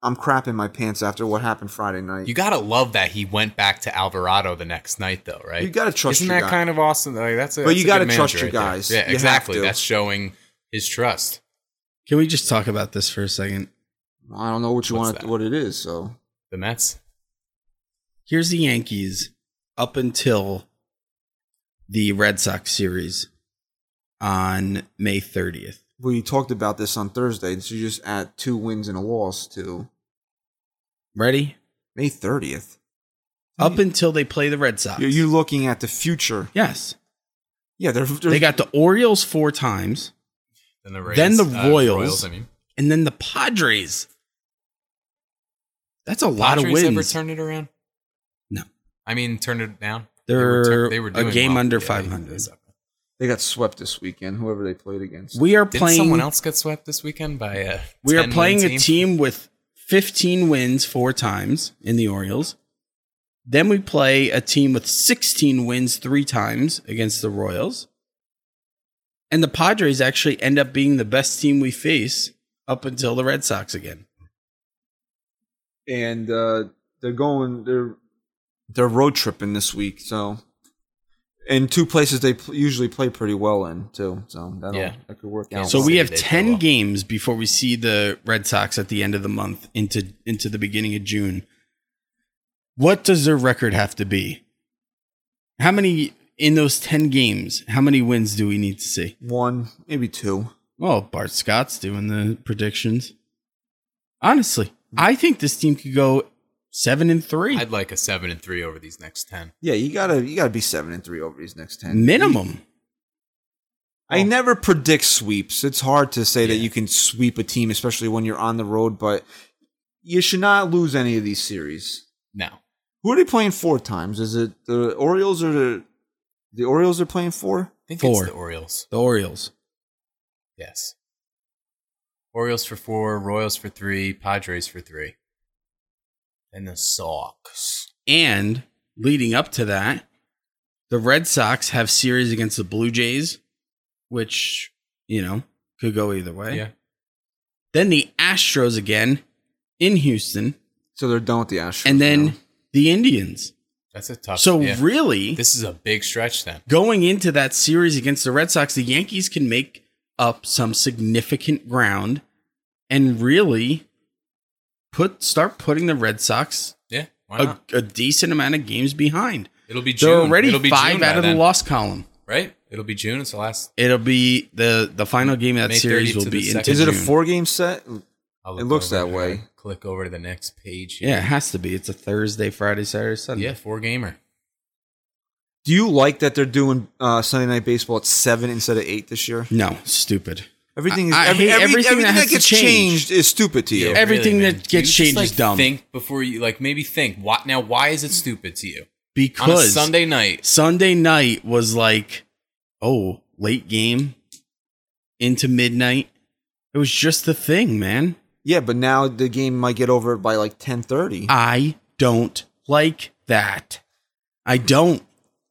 I'm crapping my pants after what happened Friday night.
you gotta love that he went back to Alvarado the next night, though, right?
You gotta trust
Isn't
your
that
guy.
kind of awesome? Like, that's a,
But
that's
you
a
gotta
good
trust
manager
your
right there.
guys. You
Yeah,
have
exactly.
to.
That's showing his trust.
Can we just talk about this for a second?
I don't know what you
What's
want
that?
what it is. So
The Mets.
Here's the Yankees up until the Red Sox series on May 30th.
we talked about this on Thursday. So you just add two wins and a loss to
Ready?
May 30th.
Up until they play the Red Sox.
You're, you're looking at the future.
yes.
Yeah, they're, they're
They got the Orioles four times
Then the Rays.
Then the
uh,
Royals.
I mean,
and then the Padres. That's a lot
Padres
of
ever
wins.
turned it around?
No.
I mean, turned it down.
They're
tur-
a game under
Yeah,
500.
they-
they got swept this weekend. Whoever they played against.
We are
Didn't
playing
someone else get swept this weekend by uh, a?
We are
10-win
playing a team with 15 wins four times in the Orioles. Then we play a team with 16 wins three times against the Royals. And the Padres actually end up being the best team we face up until the Red Sox again.
and uh, they're going they're they're road tripping this week. So, in two places they pl- usually play pretty well in too. So that
Yeah.
that could work
Yeah.
out.
So
Well,
we
they-
have
they do
ten
well.
games before we see the Red Sox at the end of the month into into the beginning of June. What does their record have to be? How many in those ten games? How many wins do we need to see?
one maybe two.
Well, Bart Scott's doing the predictions. Honestly, I think this team could go seven and three
I'd like a seven and three over these next ten.
Yeah, you gotta you gotta be seven and three over these next ten
minimum.
I never predict sweeps. It's hard to say that you can sweep a team, especially when you're on the road. But you should not lose any of these series.
No,
Who are they playing four times? Is it the Orioles or the the Orioles are playing four?
I think
Four.
it's the Orioles.
The Orioles.
Yes. Orioles for four, Royals for three, Padres for three. And the Sox.
And leading up to that, the Red Sox have series against the Blue Jays, which, you know, could go either way. Then the Astros again in Houston,
So they're done with the Astros.
and then
now.
the Indians.
That's a tough
So
yeah.
really,
this is a big stretch then.
going into that series against the Red Sox, the Yankees can make up some significant ground and really put start putting the Red Sox
Yeah. Why
a,
not?
a decent amount of games behind.
It'll be June.
They're already
It'll be
five
June by
out of the
then,
loss column.
Right? It'll be June. It's the last.
It'll be the the final game of that
May
series
30
will
to
be
the
into
second.
is it a
June.
four game set?
I'll
It looks
over
that
here.
way.
Click over to the next page. here.
Yeah, it has to be. It's a Thursday, Friday, Saturday, Sunday.
Yeah, four gamer.
Do you like that they're doing uh, Sunday night baseball at seven instead of eight this year?
No, stupid.
Everything is
I- I
every,
hate
every,
everything
everything,
that
that,
has to
gets
change.
changed is stupid to you.
Yeah,
Everything
man.
that gets
You just,
changed
like,
is dumb.
Think before you like maybe think. What now? Why is it stupid to you on a
Because
Sunday night?
Sunday night was like, oh, late game into midnight. It was just the thing, man.
yeah, but now the game might get over by like ten thirty.
I don't like that. I don't.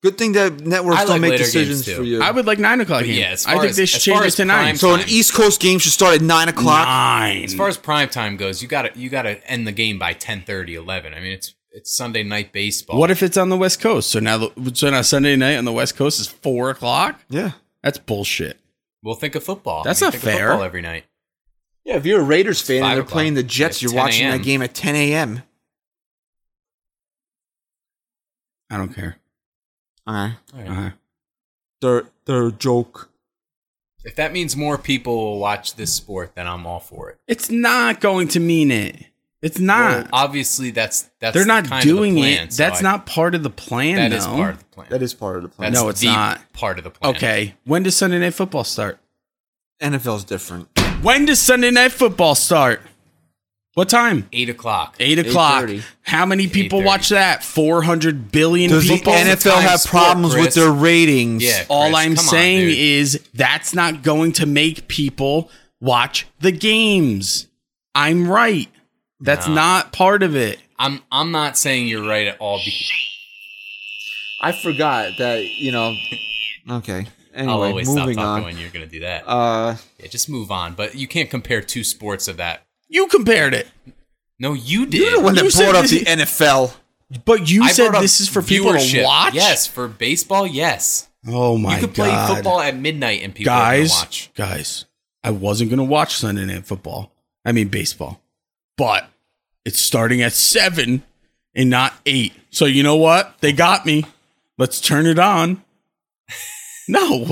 Good thing that networks
I like
don't make
later games,
decisions
too.
for you.
I would like nine o'clock.
But
game.
yeah, as
I
far
think
as-
they should
as
change
far
it
as
to nine.
prime
So an
time.
East Coast game should start at nine o'clock.
nine.
As far as prime time goes, you got to you got to end the game by 10, 11. I mean, it's it's Sunday night baseball.
what if it's on the West Coast? So now, the, so now Sunday night on the West Coast is four o'clock.
Yeah.
That's bullshit.
We'll think of football.
That's
I mean,
not
think
fair.
Of football every night.
Yeah, if you're a Raiders fan
five
and they're
o'clock.
playing the Jets,
It's
you're
10
watching
a.m..
that game at 10 a.m.
I don't care.
Uh,
All right.
Uh,
they're, they're a joke.
If that means more people will watch this sport, then I'm all for it.
it's not going to mean it. It's not.
Well, obviously, that's that's
Ah. They're not
kind of the
doing
plan,
it.
so
That's
I-
not part of the plan.
That is
though.
part of the plan.
That is part of the plan.
That's
No, it's
the
not.
part of the plan.
Okay. When does Sunday Night Football start?
NFL's different.
When does Sunday Night Football start? What time?
eight o'clock.
Eight o'clock.
8:30.
How many people
8:30.
watch that? 400 billion
Does the
people.
Football's a
NFL
time
have
sport,
problems with
Chris.
their ratings?
Yeah.
All
Chris,
I'm
come on,
saying
dude.
is that's not going to make people watch the games. I'm right. That's
No.
not part of it.
I'm I'm not saying you're right at all. Because
I forgot that, you know. Okay.
I'll
Anyway,
always stop
moving
talking
on.
when you're going to do that.
Uh,
yeah, just move on. But you can't compare two sports of that.
You compared it,
No, you did.
you're the one
You
that
said
brought up
this-
the NFL.
but you
I
said
brought up
this is for people to
viewership.
watch.
Yes, for baseball. Yes,
Oh my
you could play
god.
football at midnight and people are gonna
guys,
watch.
guys, I wasn't gonna watch Sunday Night Football. I mean baseball, but it's starting at seven and not eight. So you know what? They got me. Let's turn it on. No,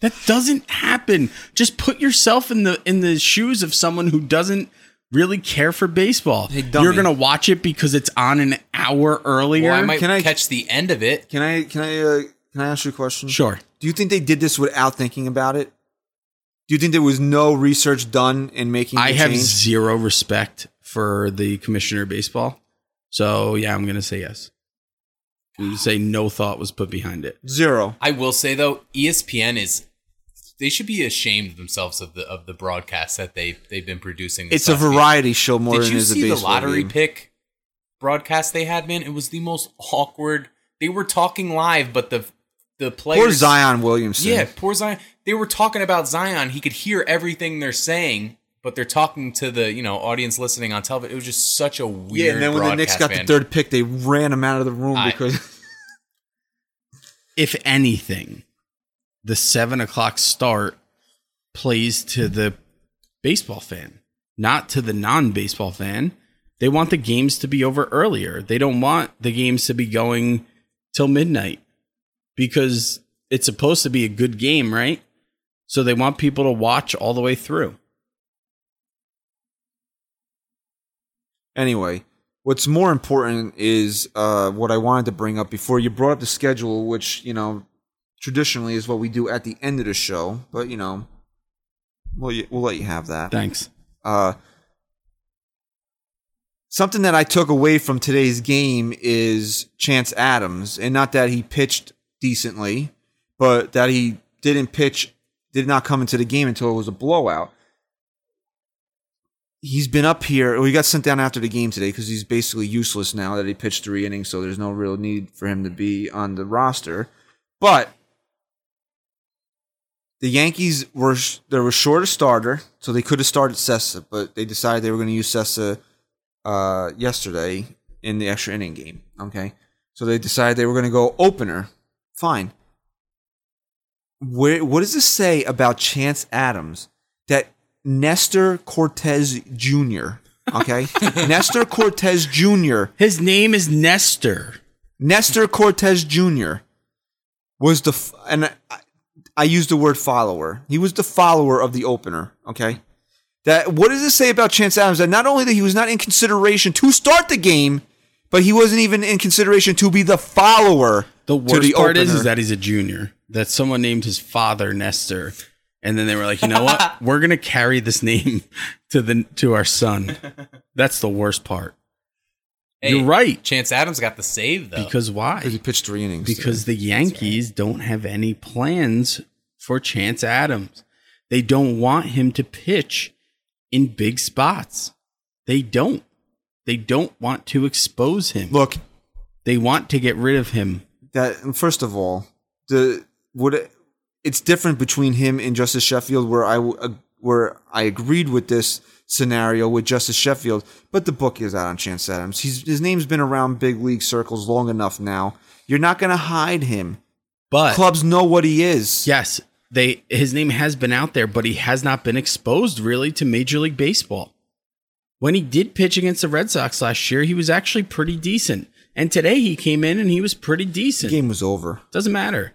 that doesn't happen. Just put yourself in the in the shoes of someone who doesn't really care for baseball.
Hey, dummy.
You're gonna watch it because it's on an hour earlier.
Well, I might
Can I-
catch the end of it.
Can I can I uh, can I ask you a question?
sure.
Do you think they did this without thinking about it? Do you think there was no research done in making?
I
the
have
change?
zero respect for the commissioner of baseball. So yeah, I'm gonna say yes. I'm gonna say no thought was put behind it.
zero.
I will say though, E ESPN is they should be ashamed of themselves of the of the broadcast that they they've been producing.
It's
this
a
last year.
variety show more
Did
than
you
it is a
see the
baseball
lottery
game.
pick broadcast they had? Man, it was the most awkward. They were talking live, but the the players.
Poor Zion Williamson.
Yeah, poor Zion. They were talking about Zion. He could hear everything they're saying, but they're talking to the you know audience listening on television. It was just such a weird.
Yeah, and then when the Knicks got the third pick, they ran him out of the room
I-
because
if anything, the seven o'clock start plays to the baseball fan, not to the non baseball fan. They want the games to be over earlier. They don't want the games to be going till midnight because it's supposed to be a good game, right? So they want people to watch all the way through.
anyway, what's more important is uh, what I wanted to bring up before you brought up the schedule, which you know traditionally is what we do at the end of the show, but you know, we'll we'll let you have that.
Thanks.
Uh, something that I took away from today's game is Chance Adams, and not that he pitched decently, but that he didn't pitch, did not come into the game until it was a blowout. He's been up here. Well, he got sent down after the game today because he's basically useless now that he pitched three innings, so there's no real need for him to be on the roster. But the Yankees were sh- they were short a starter, so they could have started Sessa, but they decided they were going to use Sessa uh, yesterday in the extra inning game. Okay, so they decided they were going to go opener. Fine. Where, what does this say about Chance Adams that Nestor Cortez Jr. Okay, Nestor Cortez Jr.
His name is Nestor.
Nestor Cortez Jr. was the f- and I, I use the word follower. He was the follower of the opener. Okay, that what does this say about Chance Adams? That not only that he was not in consideration to start the game, but he wasn't even in consideration to be the follower.
The
to
worst
the
part is,
opener.
is that he's a junior. That someone named his father Nestor, and then they were like, you know what? We're gonna carry this name to the to our son. That's the worst part. You're right.
Chance Adams got the save though.
Because
because he
why?
pitched three innings.
Because the Yankees don't have any plans for Chance Adams. They don't want him to pitch in big spots. They don't. They don't want to expose him.
look,
They want to get rid of him.
that first of all, the what it, it's different between him and Justice Sheffield, where I w- ag- where I agreed with this scenario with Justice Sheffield, but the book is out on Chance Adams. He's, his name's been around big league circles long enough now. You're not going to hide him.
But
Clubs know what he is.
Yes, they his name has been out there, but he has not been exposed really to Major League Baseball. When he did pitch against the Red Sox last year, he was actually pretty decent. And today he came in and he was pretty
The
decent.
game was over.
Doesn't matter.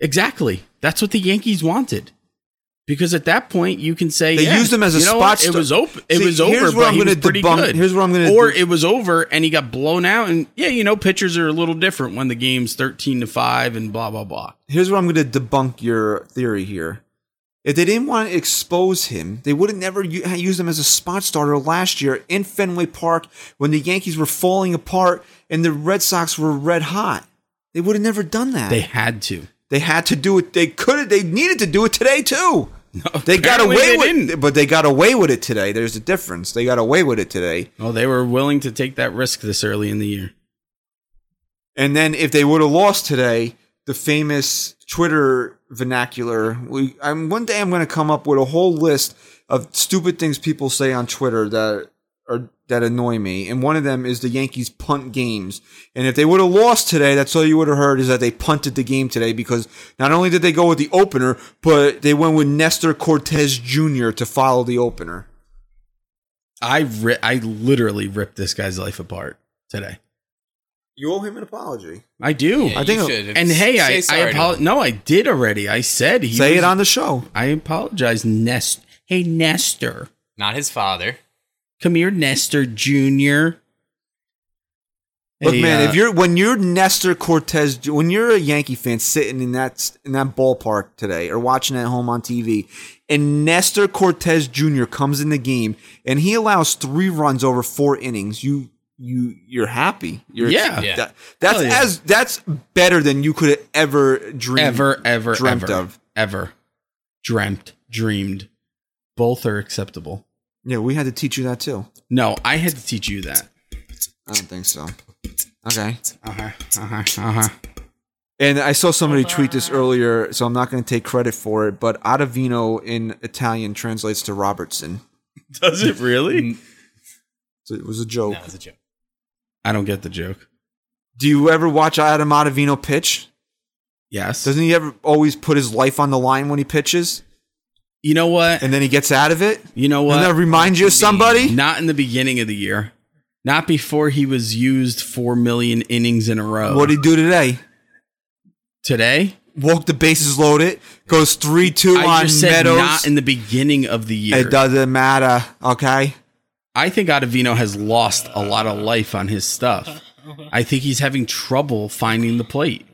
Exactly. That's what the Yankees wanted. Because at that point you can say
They
yeah,
used him as a
you know
spot
what? It
sta-
was open. It
See,
was
here's
over.
where
but
I'm
he was
gonna
pretty
debunk-
good.
here's where I'm gonna
Or
de-
it was over and he got blown out. And yeah, you know, pitchers are a little different when the game's thirteen to five and blah blah blah.
here's where I'm going to debunk your theory here. If they didn't want to expose him, they would have never u- ha- used him as a spot starter last year in Fenway Park when the Yankees were falling apart and the Red Sox were red hot. They would have never done that.
They had to.
They had to do it. They could have. They needed to do it today too. they got
apparently
away
they
with
didn't.
but they got away with it today. There's a difference. They got away with it today.
Well, they were willing to take that risk this early in the year.
And then if they would have lost today, the famous Twitter vernacular. We, I'm one day I'm going to come up with a whole list of stupid things people say on Twitter that are that annoy me. And one of them is the Yankees punt games. And if they would have lost today, that's all you would have heard is that they punted the game today because not only did they go with the opener, but they went with Nestor Cortez Jr. to follow the opener.
I ri- I literally ripped this guy's life apart today.
You owe him an apology.
I do.
Yeah,
I think-
you should
and hey,
say
I I
sorry to
apologize.
him.
No, I did already. I said he.
Say
was-
it on the show.
I apologize, Nest. Hey, Nestor,
Not his father.
come here, Nestor Junior. uh,
Look, man, if you're when you're Nestor Cortez, when you're a Yankee fan sitting in that in that ballpark today or watching at home on TV, and Nestor Cortez Jr. comes in the game and he allows three runs over four innings, you you you're happy. You're,
Yeah.
Yeah.
that- that's
Hell yeah.
as that's better than you could ever dream.
ever ever
dreamt
ever,
of.
ever dreamt dreamed, both are acceptable.
Yeah, we had to teach you that too.
No, I had to teach you that.
I don't think so. Okay.
Uh-huh, Uh huh. Uh huh. Uh huh.
And I saw somebody tweet this earlier, so I'm not going to take credit for it, but Ottavino in Italian translates to Robertson.
Does it really?
So it was a joke.
That was a joke.
I don't get the joke.
Do you ever watch Adam Ottavino pitch?
Yes.
Doesn't he ever always put his life on the line when he pitches?
you know what?
And then he gets out of it?
You know
Doesn't
what?
that remind you of somebody?
Not in the beginning of the year. Not before he was used four million innings in a row.
What'd he do today?
today?
Walk the bases loaded, goes 3 2
I
on
just said
Meadows.
not in the beginning of the year.
it doesn't matter, okay?
I think Ottavino has lost a lot of life on his stuff. I think he's having trouble finding the plate.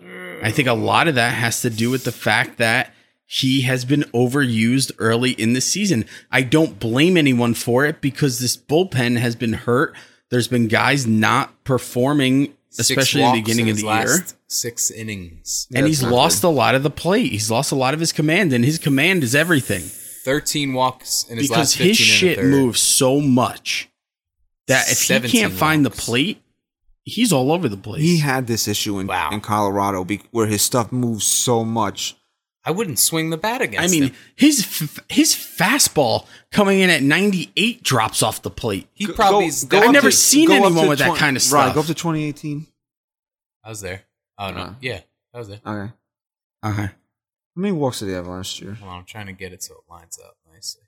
I think a lot of that has to do with the fact that he has been overused early in the season. I don't blame anyone for it because this bullpen has been hurt. There's been guys not performing,
Six
especially in the
walks
beginning
in
of
his
the year.
last Six innings,
And he's
That's not
lost a lot of the plate. He's lost a lot of his command, and his command is everything
thirteen walks in his
because
last fifteen
his shit
and a third.
moves so much that if he
17
can't find the
walks.
plate, he's all over the place.
He had this issue in,
Wow.
in Colorado be- where his stuff moves so much.
I wouldn't swing the bat against.
I mean,
him.
his f- his fastball coming in at 98 drops off the plate.
he
Go-
probably's.
go- go
that-
I've
up
never
to-
seen
go up
anyone
to
with that
20
kind of
Right,
stuff.
go up to 2018.
I was there. Oh no,
Uh.
yeah, I was there.
Okay.
Uh-huh.
How many walks did he have last year?
Well, I'm trying to get it so it lines up nicely.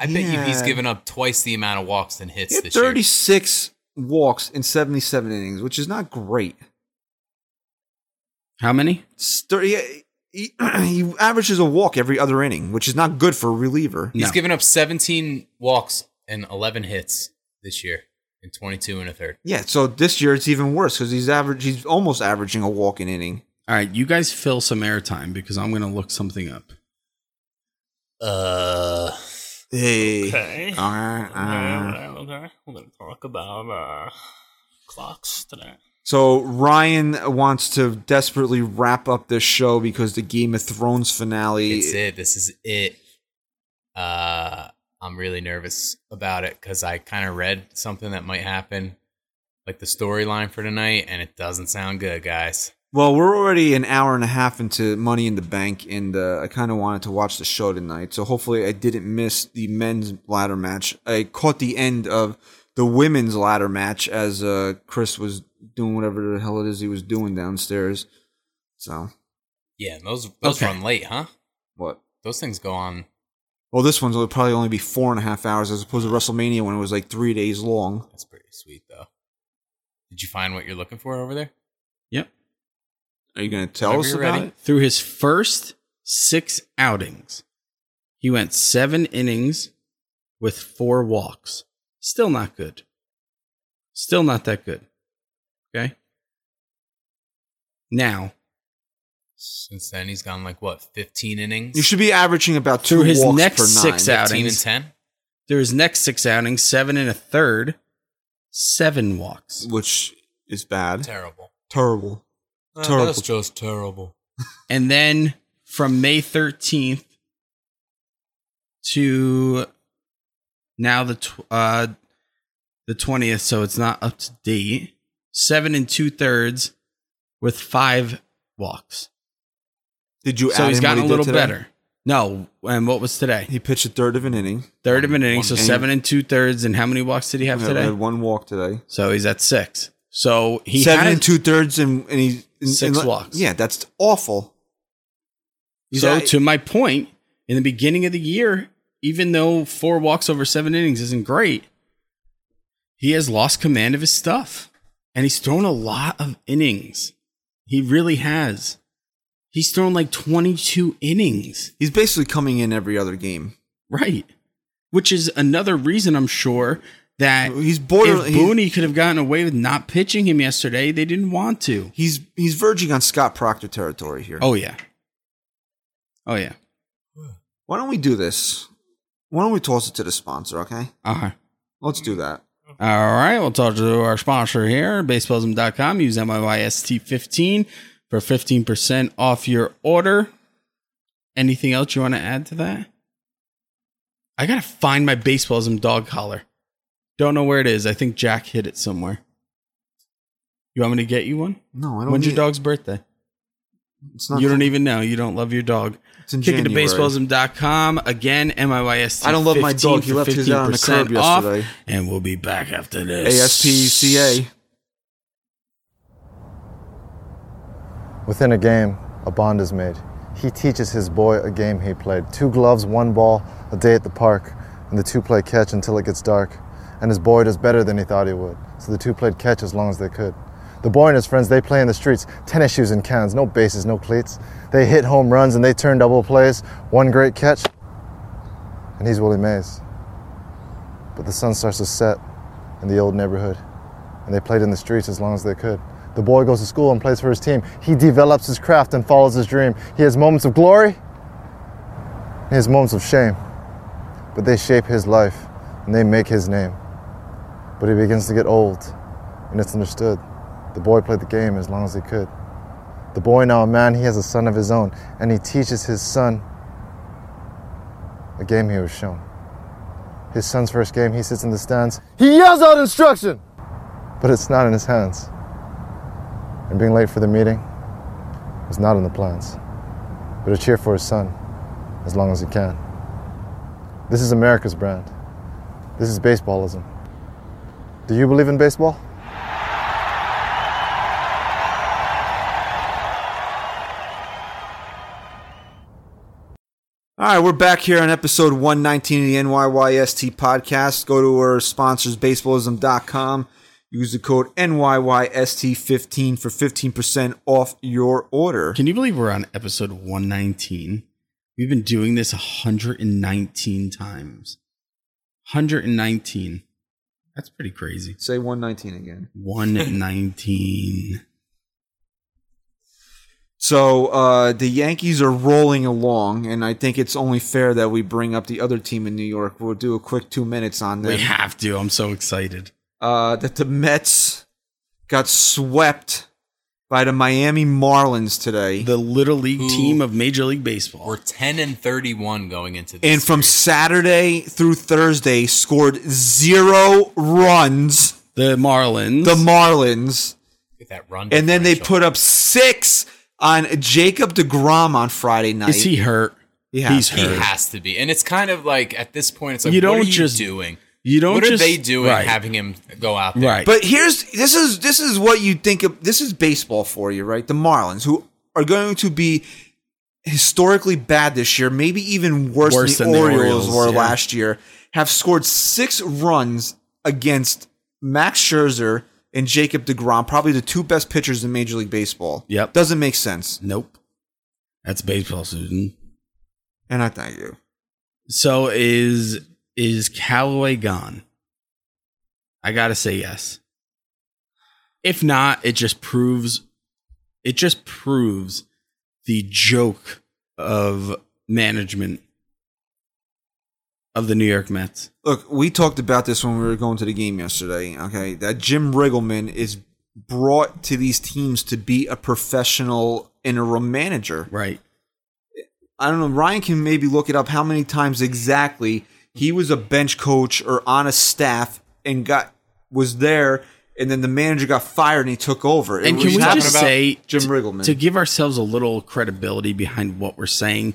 Yeah. I bet you he's
Yeah.
given up twice the amount of walks than hits
He had
this year.
36 walks in 77 innings, which is not great.
How many?
It's thir- He, he, he averages a walk every other inning, which is not good for a reliever.
He's
No.
given up 17 walks and 11 hits this year in 22 and a third.
Yeah, so this year it's even worse because he's average. He's almost averaging a walk an inning.
All right, you guys fill some airtime because I'm going to look something up.
Uh.
Hey, Ah,
Okay.
all right, all right.
okay, okay, okay. We're gonna talk about uh, clocks tonight.
So Ryan wants to desperately wrap up this show because the Game of Thrones finale.
It's it. This is it. Uh, I'm really nervous about it because I kind of read something that might happen, like the storyline for tonight, and it doesn't sound good, guys.
Well, we're already an hour and a half into Money in the Bank, and uh, I kind of wanted to watch the show tonight. So hopefully, I didn't miss the men's ladder match. I caught the end of the women's ladder match as uh, Chris was doing whatever the hell it is he was doing downstairs. So
Yeah, and those those
Okay.
run late, huh?
what?
Those things go on.
Well, this one's will probably only be four and a half hours as opposed to WrestleMania when it was like three days long.
That's pretty sweet, though. Did you find what you're looking for over there?
Yep.
Are you going to tell
Whenever
us
you're
about
ready.
it?
Through his first six outings, he went seven innings with four walks. Still not good. Still not that good. Okay. Now,
Since then, he's gone like what, 15 innings?
You should be averaging about two
Through his
walks
next
per nine.
six
15 and
outings.
10?
through his next six outings, seven and a third, seven walks.
which is bad,
Terrible.
terrible.
That's
Terrible.
Uh, just terrible.
And then from May 13th to now the tw- uh the 20th, so it's not up to date. Seven and two thirds with five walks.
Did you?
So
add
he's
in
gotten
what
a
he did
little
today?
better. No, and what was today?
He pitched a third of an inning.
Third of an inning,
One-
so
and-
seven and two thirds. And how many walks did he have
Yeah,
today?
Had one walk today.
So he's at six. So he
Seven
had
and two thirds, and and he and,
Six
and-
walks.
Yeah, that's awful. He's
So
at-
to my point, in the beginning of the year, even though four walks over seven innings isn't great, he has lost command of his stuff, and he's thrown a lot of innings. He really has. He's thrown like twenty-two innings.
He's basically coming in every other game.
Right. Which is another reason I'm sure that
He's
if
border. He's,
Booney could have gotten away with not pitching him yesterday, they didn't want to.
he's he's verging on Scott Proctor territory here.
Oh yeah. Oh yeah.
Why don't we do this? Why don't we toss it to the sponsor? Okay,
Uh-huh.
let's do that.
All right, we'll talk to our sponsor here, baseballism.com. Use MIYST15 for 15% off your order. Anything else you want to add to that? I got to find my baseballism dog collar. Don't know where it is. I think Jack hid it somewhere. You want me to get you one?
No, I don't.
When's your
need-
dog's birthday?
It's not.
you don't even know. You don't love your dog.
It's in
Ticket to
January.
baseballism.com. Again, MIYST.
I don't love my dog. He left his out on the curb yesterday.
and we'll be back after this.
ASPCA.
Within a game, a bond is made. He teaches his boy a game he played. Two gloves, one ball, a day at the park, and the two play catch until it gets dark. And his boy does better than he thought he would, so the two played catch as long as they could. The boy and his friends, they play in the streets, tennis shoes and cans, no bases, no cleats. They hit home runs and they turn double plays, one great catch, and he's Willie Mays. But the sun starts to set in the old neighborhood and they played in the streets as long as they could. The boy goes to school and plays for his team. He develops his craft and follows his dream. He has moments of glory, he has moments of shame, but they shape his life and they make his name. But he begins to get old, and it's understood. The boy played the game as long as he could. The boy, now a man, he has a son of his own, and he teaches his son a game he was shown. His son's first game, he sits in the stands. He yells out instruction! but it's not in his hands. And being late for the meeting was not in the plans, but to cheer for his son as long as he can. This is America's brand. This is baseballism. Do you believe in baseball?
All right, we're back here on episode 119 of the NYYST podcast. Go to our sponsors, baseballism.com. Use the code NYYST15 for 15% off your order.
Can you believe we're on episode 119? We've been doing this 119 times. 119. That's pretty crazy.
Say 119 again.
119.
So uh, the Yankees are rolling along, and I think it's only fair that we bring up the other team in New York. We'll do a quick two minutes on them.
we have to. I'm so excited.
uh, that the Mets got swept by the Miami Marlins today.
The Little League
Who-
team of Major League Baseball.
We're 10 and 31 going into this.
and from
series.
Saturday through Thursday, scored zero runs.
The Marlins.
The Marlins,
Get that run.
and then they
differential.
put up six on Jacob Degrom on Friday night.
Is he hurt?
He has-
He's
He
hurt.
has to be. And it's kind of like at this point, it's like,
You
what
don't
are you
just-
doing?
You don't
What are
just,
they doing
right,
having him go out there?
right.
But here's this is this is what you think of this is baseball for you, right? The Marlins, who are going to be historically bad this year, maybe even worse,
Worse
than,
than
the
the
Orioles,
Orioles,
were
yeah.
last year, have scored six runs against Max Scherzer and Jacob DeGrom, probably the two best pitchers in Major League Baseball.
Yep.
Doesn't make sense.
Nope. That's baseball, Susan.
And I thank you.
So is is Callaway gone? I gotta say yes. If not, it just proves it just proves the joke of management of the New York Mets.
Look, we talked about this when we were going to the game yesterday. Okay, that Jim Riggleman is brought to these teams to be a professional interim manager.
Right.
I don't know. Ryan can maybe look it up. How many times exactly he was a bench coach or on a staff and got was there, and then the manager got fired and he took over. It
And can
was
we
talking
just
about
say
Jim
to-
Riggleman?
to give ourselves a little credibility behind what we're saying?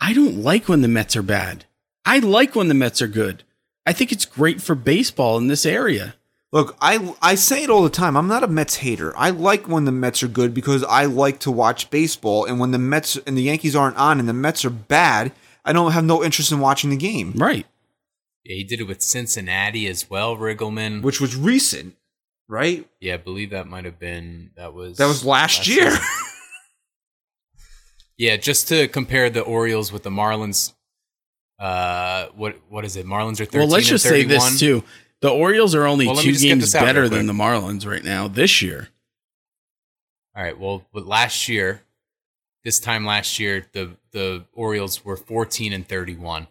I don't like when the Mets are bad. I like when the Mets are good. I think it's great for baseball in this area.
Look, I I say it all the time. I'm not a Mets hater. I like when the Mets are good because I like to watch baseball. And when the Mets and the Yankees aren't on and the Mets are bad, I don't have no interest in watching the game,
Right.
Yeah, he did it with Cincinnati as well, Riggleman.
which was recent, right?
yeah, I believe that might have been that was
That was last year.
season. Yeah, just to compare the Orioles with the Marlins. Uh, what what is it? Marlins are thirteen.
Well, let's
and
just say
31.
this too: the Orioles are only
Well, let me
two
just get
games
this out
better
real
than the
quick.
Marlins right now this year.
All right. Well, but last year, this time last year, the the Orioles were 14 and 31.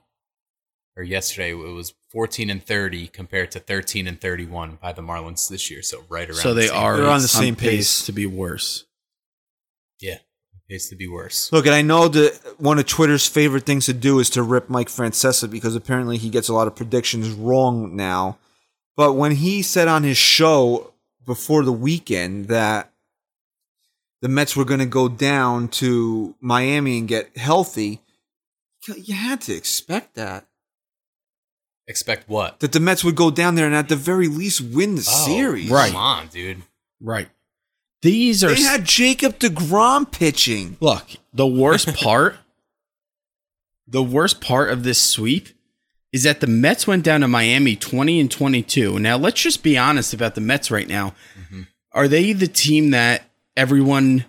Or yesterday, it was 14 and 30 compared to 13 and 31 by the Marlins this year. So right around.
So they
the same.
are
They're on the same pace.
to be worse.
Yeah, it's to be worse.
Look, and I know that one of Twitter's favorite things to do is to rip Mike Francesa because apparently he gets a lot of predictions wrong now. But when he said on his show before the weekend that the Mets were going to go down to Miami and get healthy, you had to expect that.
Expect what?
That the Mets would go down there and at the very least win the
Oh,
series.
right.
Come on, dude.
Right. These are
They had Jacob DeGrom pitching.
Look, the worst part, the worst part of this sweep is that the Mets went down to Miami 20 and 22. Now, let's just be honest about the Mets right now.
Mm-hmm.
Are they the team that everyone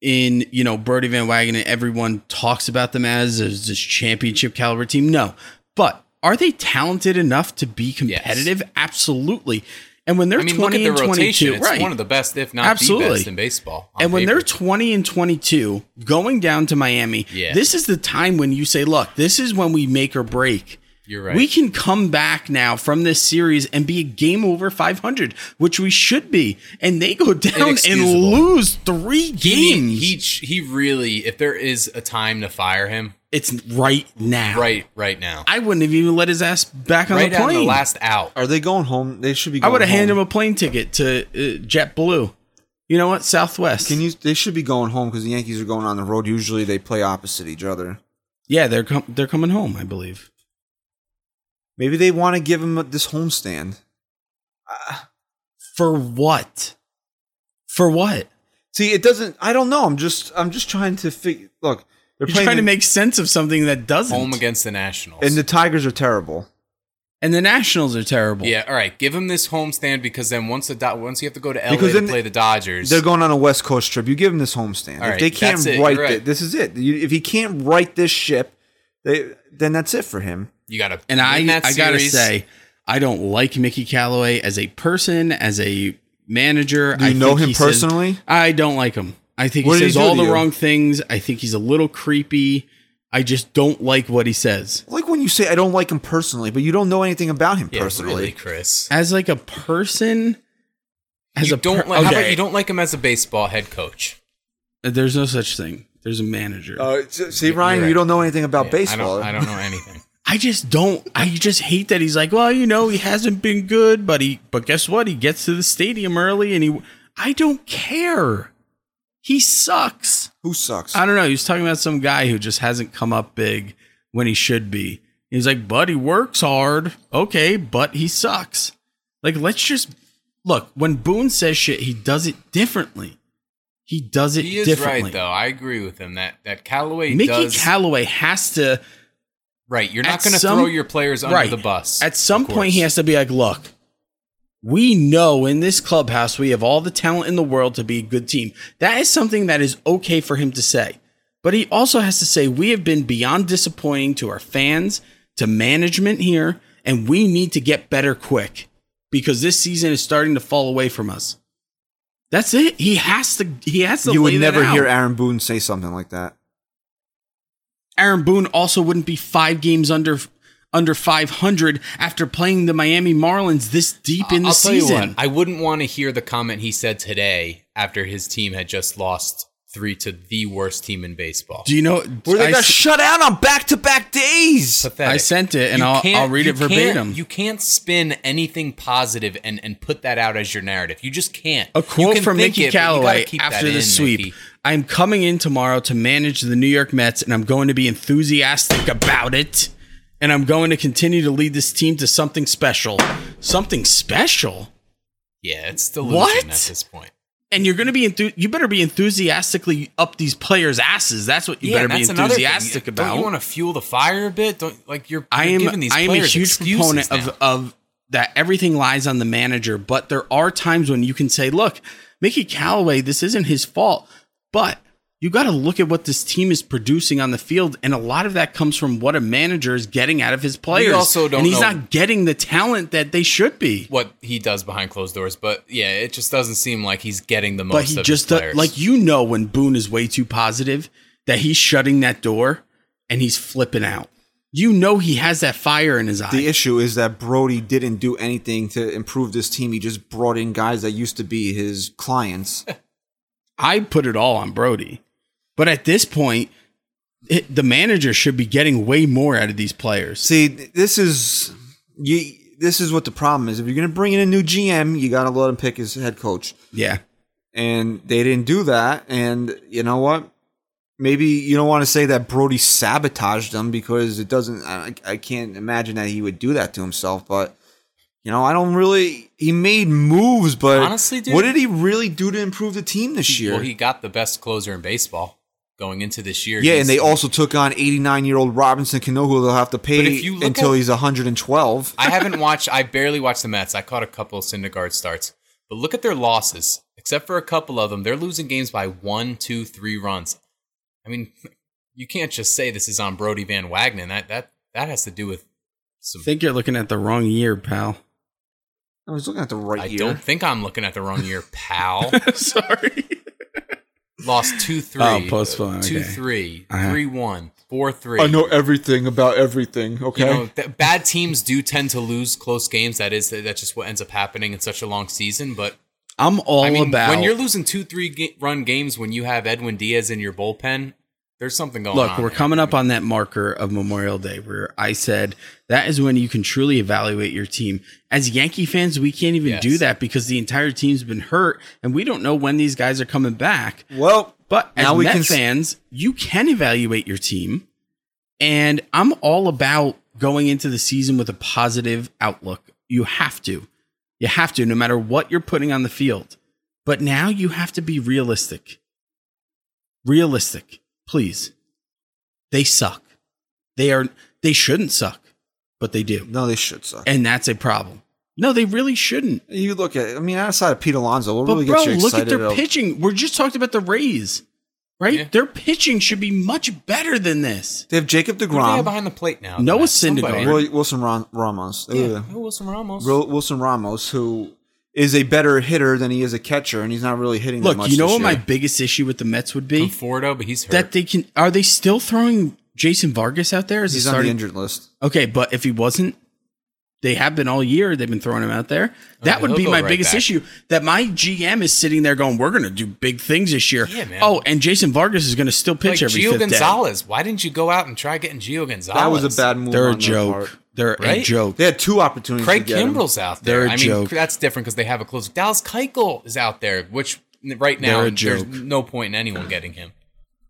in, you know, Birdie Van Wagen and everyone talks about them as, as this championship caliber team? No. But are they talented enough to be competitive? Absolutely. And when they're
I mean,
20
look at the
and 22,
rotation. It's
right.
one of the best, if not
Absolutely.
the best, in baseball. on
And when
paper.
they're 20 and 22 going down to Miami,
Yeah.
this is the time when you say, look, this is when we make or break.
you're right.
We can come back now from this series and be a game over 500, which we should be. And they go down and
Inexcusable.
lose three games.
He, he he really, if there is a time to fire him,
it's right now.
right right now,
I wouldn't have even let his ass back on
right
the
on
plane.
the last out.
Are they going home? They should be.
I
Going
would have
home.
handed him a plane ticket to uh, JetBlue. You know what? Southwest.
Can you? They should be going home because the Yankees are going on the road. Usually they play opposite each other.
yeah, they're com- they're coming home, I believe.
Maybe they want to give him this homestand. Uh,
For what? For what?
See, it doesn't. I don't know. I'm just. I'm just trying to figure. Look, they're
You're
playing
trying to
the-
make sense of something that doesn't.
Home against the Nationals.
and the Tigers are terrible.
And the Nationals are terrible.
yeah, all right. Give him this homestand because then once the Do- once you have to go to LA
Because
to
then
play the Dodgers,
They're going on a West Coast trip. You give them this homestand.
All
if
right,
they can't
that's it,
right,
you're right.
thi- this is it. You, if he can't right this ship, they, then that's it for him.
you got to.
And I,
that
I gotta
series.
say, I don't like Mickey Callaway as a person, as a manager.
Do you
I
know
think
him
he says-
personally?
I don't like him. I think
What
he
did he
says
do
all
to
the
you?
wrong things. I think he's a little creepy. I just don't like what he says.
Like when you say I don't like him personally, but you don't know anything about him
yeah,
personally.
really, Chris.
As like a person, as
you
a
don't
per-
like. How
okay,
about you don't like him as a baseball head coach?
There's no such thing. There's a manager.
Uh, s- see, Ryan,
right.
you don't know anything about
Yeah,
baseball.
I don't, I don't know anything.
I just don't. I just hate that he's like, well, you know, he hasn't been good, but he, but guess what? He gets to the stadium early, and he. I don't care. He sucks.
Who sucks?
I don't know. He was talking about some guy who just hasn't come up big when he should be. He's like, but he works hard. Okay, but he sucks. Like, let's just look. When Boone says shit, he does it differently. He does it
he is
differently.
right though. I agree with him that that Callaway
Mickey
does
Callaway has to.
right. You're not
at
going to
some-
throw your players under the bus
At some
of
point, he has
course.
to be like, look, we know in this clubhouse we have all the talent in the world to be a good team. That is something that is okay for him to say. But he also has to say, we have been beyond disappointing to our fans, to management here, and we need to get better quick because this season is starting to fall away from us. That's it. He has to. He has to.
you
lay
would
that
never
out.
hear Aaron Boone say something like that.
Aaron Boone also wouldn't be five games under under 500 after playing the Miami Marlins this deep in the
I'll tell you
season.
what, I wouldn't want to hear the comment he said today after his team had just lost three to the worst team in baseball.
Do you know?
Where they
I,
got
s-
shut out on back to back days.
Pathetic.
I sent it, and
You
I'll-
can't-
I'll read
you
it verbatim.
can't- you can't spin anything positive and and put that out as your narrative. You just can't.
a
you
quote
can
from
think
Mickey
it, but you gotta
Callaway
keep that
after the
in,
sweep.
Mickey.
I'm coming in tomorrow to manage the New York Mets, and I'm going to be enthusiastic about it. And I'm going to continue to lead this team to something special. Something special?
Yeah, it's delusion
What?
at this point.
and you're going to be enthu- you better be enthusiastically up these players' asses. That's what you
yeah,
better
and
be
that's another thing.
enthusiastic about.
Don't you want to fuel the fire a bit? Don't like you're.
I
you're
am
Giving these
I am a
players
huge
excuses
proponent
now.
of of that everything lies on the manager, but there are times when you can say, look, Mickey Callaway, this isn't his fault, but you got to look at what this team is producing on the field, and a lot of that comes from what a manager is getting out of his players.
also don't
and he's
know-
not getting the talent that they should be.
what he does behind closed doors, but yeah, it just doesn't seem like he's getting the most.
but he
of
just
his
do-
players.
like you know when Boone is way too positive that he's shutting that door and he's flipping out. You know he has that fire in his eye.
The issue is that Brody didn't do anything to improve this team. He just brought in guys that used to be his clients.
I put it all on Brody. But at this point, it, the manager should be getting way more out of these players.
See, this is you. this is what the problem is. If you're going to bring in a new GM, you got to let him pick his head coach.
Yeah.
and they didn't do that. And you know what? Maybe you don't want to say that Brody sabotaged them because it doesn't. I, I can't imagine that he would do that to himself. But you know, I don't really. He made moves, but
Honestly, dude-
what did he really do to improve the team this year?
Well, he got the best closer in baseball going into this year.
yeah,
He's-
and they also took on 89 year old Robinson Cano, who they'll have to pay
But if you look
until
at-
he's 112.
I haven't watched. I barely watched the Mets. I caught a couple of Syndergaard starts, but look at their losses. Except for a couple of them, they're losing games by one, two, three runs. I mean, you can't just say this is on Brody Van Wagnen. That that that has to do with some.
I think you're looking at the wrong year, pal.
I was Oh, looking at the right
I
year.
don't think I'm looking at the wrong year, pal.
Sorry.
Lost two three.
Oh, postpone, okay.
Two three.
Uh-huh.
Three one. Four three.
everything about everything. Oh, Okay.
you know, th- bad teams do tend to lose close games. That is, that's just what ends up happening in such a long season. But
I'm all
I mean,
about
when you're losing two, three ga- run games when you have Edwin Diaz in your bullpen, there's something going
Look,
on.
we're
there.
coming up on that marker of Memorial Day where I said that is when you can truly evaluate your team. As Yankee fans, we can't even do
Yes.
that because the entire team's been hurt and we don't know when these guys are coming back.
well,
But as
Now we
Met
can s-
fans, you can evaluate your team. And I'm all about going into the season with a positive outlook. You have to. You have to, no matter what you're putting on the field. But now you have to be realistic. Realistic, please. They suck. They are they shouldn't suck, but they do.
no, they should suck.
And that's a problem. No, they really shouldn't.
You look at, I mean, outside of Pete Alonso, what
But
really
bro,
gets you
look
excited?
at their
of-
pitching. We're just talking about the Rays, right?
Yeah.
Their pitching should be much better than this.
They have Jacob
Who do they have
DeGrom,
behind the plate now.
Noah
Matt? Somebody.
Syndergaard.
Roy- Wilson Ron- Ramos,
Yeah.
Ugh.
Oh, Wilson Ramos.
Ro- Wilson Ramos, who is a better hitter than he is a catcher, and he's not really hitting. that
Look,
much
you know
this
what my
year.
biggest issue with the Mets would be
Conforto, but he's hurt.
that they can. Are they still throwing Jason Vargas out there as
He's
a
on the
starting?
injured list.
Okay, but if he wasn't, they have been all year. They've been throwing him out there. That
Okay,
would
Oh, he'll
be
go
my
right
biggest
back.
issue. That my GM is sitting there going, "We're going to do big things this year."
Yeah, man.
Oh, and Jason Vargas is going to still
like
pitch every
Gio
fifth day.
Gonzalez. Why didn't you go out and try getting Gio Gonzalez?
That was a bad move.
They're a
on their
joke.
part.
They're a
Right?
joke.
They had two opportunities.
Craig
to get him.
Kimbrell's out there.
They're a
I mean,
joke.
that's different because they have a closer. Dallas Keuchel is out there, which n- right now
They're a
there's
joke.
no point in anyone getting him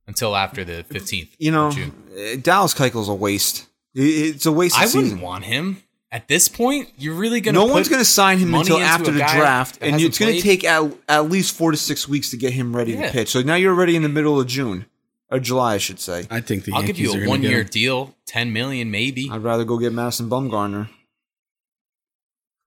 until after the 15th.
You know,
of June.
uh, Dallas Keuchel's a waste. I- It's a waste.
I
Of
wouldn't
season.
want him at this point. You're really gonna.
No
put
one's going to sign him
money
until
into
after
a
the
guy
draft,
that
and
hasn't
it's going to
played?
take at, at least four to six weeks to get him ready
Yeah.
to pitch. So now you're already in the middle of June or July, I should say.
I think the
I'll
Yankees
give you
are
a
gonna
one
get
year
him.
deal, ten million maybe.
I'd rather go get Madison Bumgarner.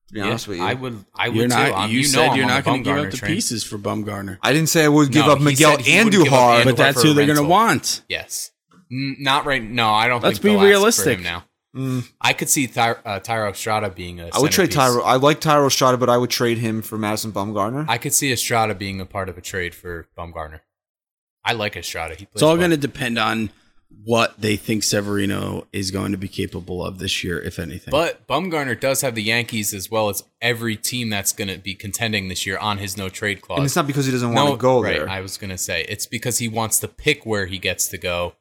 To be
Yeah,
honest with you,
I would. I would
You're
too.
not.
I'm-
you,
you know
said
I'm
you're
on
not going to give
Bumgarner
up the
train.
pieces for Bumgarner,
I didn't say I would give
No,
up
he
Miguel
said he wouldn't give up
Andujar.
Andujar.
but that's
for
who they're going to
rental.
want.
Yes. Mm, Not right. No, I don't.
Let's
think
be
they'll ask for
realistic.
him now. I could see Ty, uh, Tyro Estrada being a.
I would trade
centerpiece.
Tyro. I like Tyro Estrada, but I would trade him for Madison Bumgarner.
I could see Estrada being a part of a trade for Bumgarner. I like Estrada. He plays
It's all
well.
going to depend on what they think Severino is going to be capable of this year, if anything.
But Bumgarner does have the Yankees as well as every team that's going to be contending this year on his no trade clause.
and it's not because he doesn't want to go there.
I was gonna say it's because he wants to pick where he gets to go,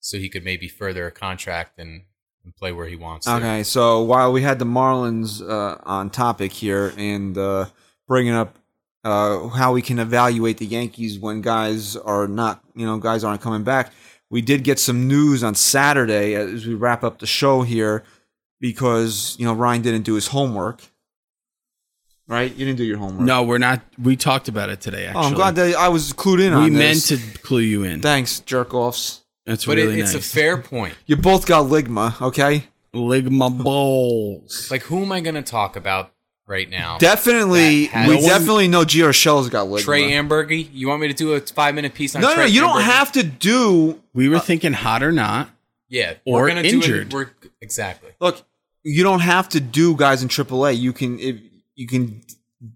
so he could maybe further a contract and, and play where he wants. to.
okay, so while we had the Marlins uh, on topic here and uh, bringing up uh, how we can evaluate the Yankees when guys are not, you know, guys aren't coming back, we did get some news on Saturday as we wrap up the show here because you know Ryan didn't do his homework. Right, you didn't do your homework.
no, we're not. We talked about it today. Actually,
Oh, I'm glad that I was clued in on
we meant
this.
to clue you in.
Thanks, jerk offs.
That's
but
really
it, it's
nice.
a fair point.
You both got ligma, okay?
Ligma balls.
Like who am I gonna talk about right now?
Definitely,
That has-
we
No one-
definitely know Gio Shell's got ligma.
Trey Ambergy. You want me to do a five minute piece on?
no, no,
Trey
no, you don't
Amberge?
have to do.
We
uh,
were thinking hot or not.
Yeah,
or
we're gonna
injured.
Do it, we're, exactly.
Look, you don't have to do guys in AAA. You can if you can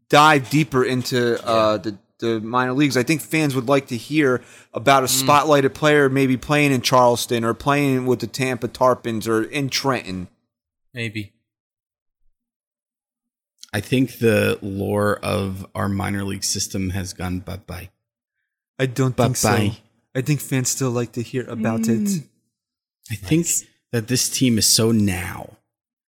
dive deeper into uh, the the minor leagues. I think fans would like to hear about
Mm.
a spotlighted player maybe playing in Charleston or playing with the Tampa Tarpons or in Trenton.
Maybe.
I think the lore of our minor league system has gone bye bye.
I don't
think so. Bye-bye.
I think fans still like Mm. to hear about it.
I think that this team is so now,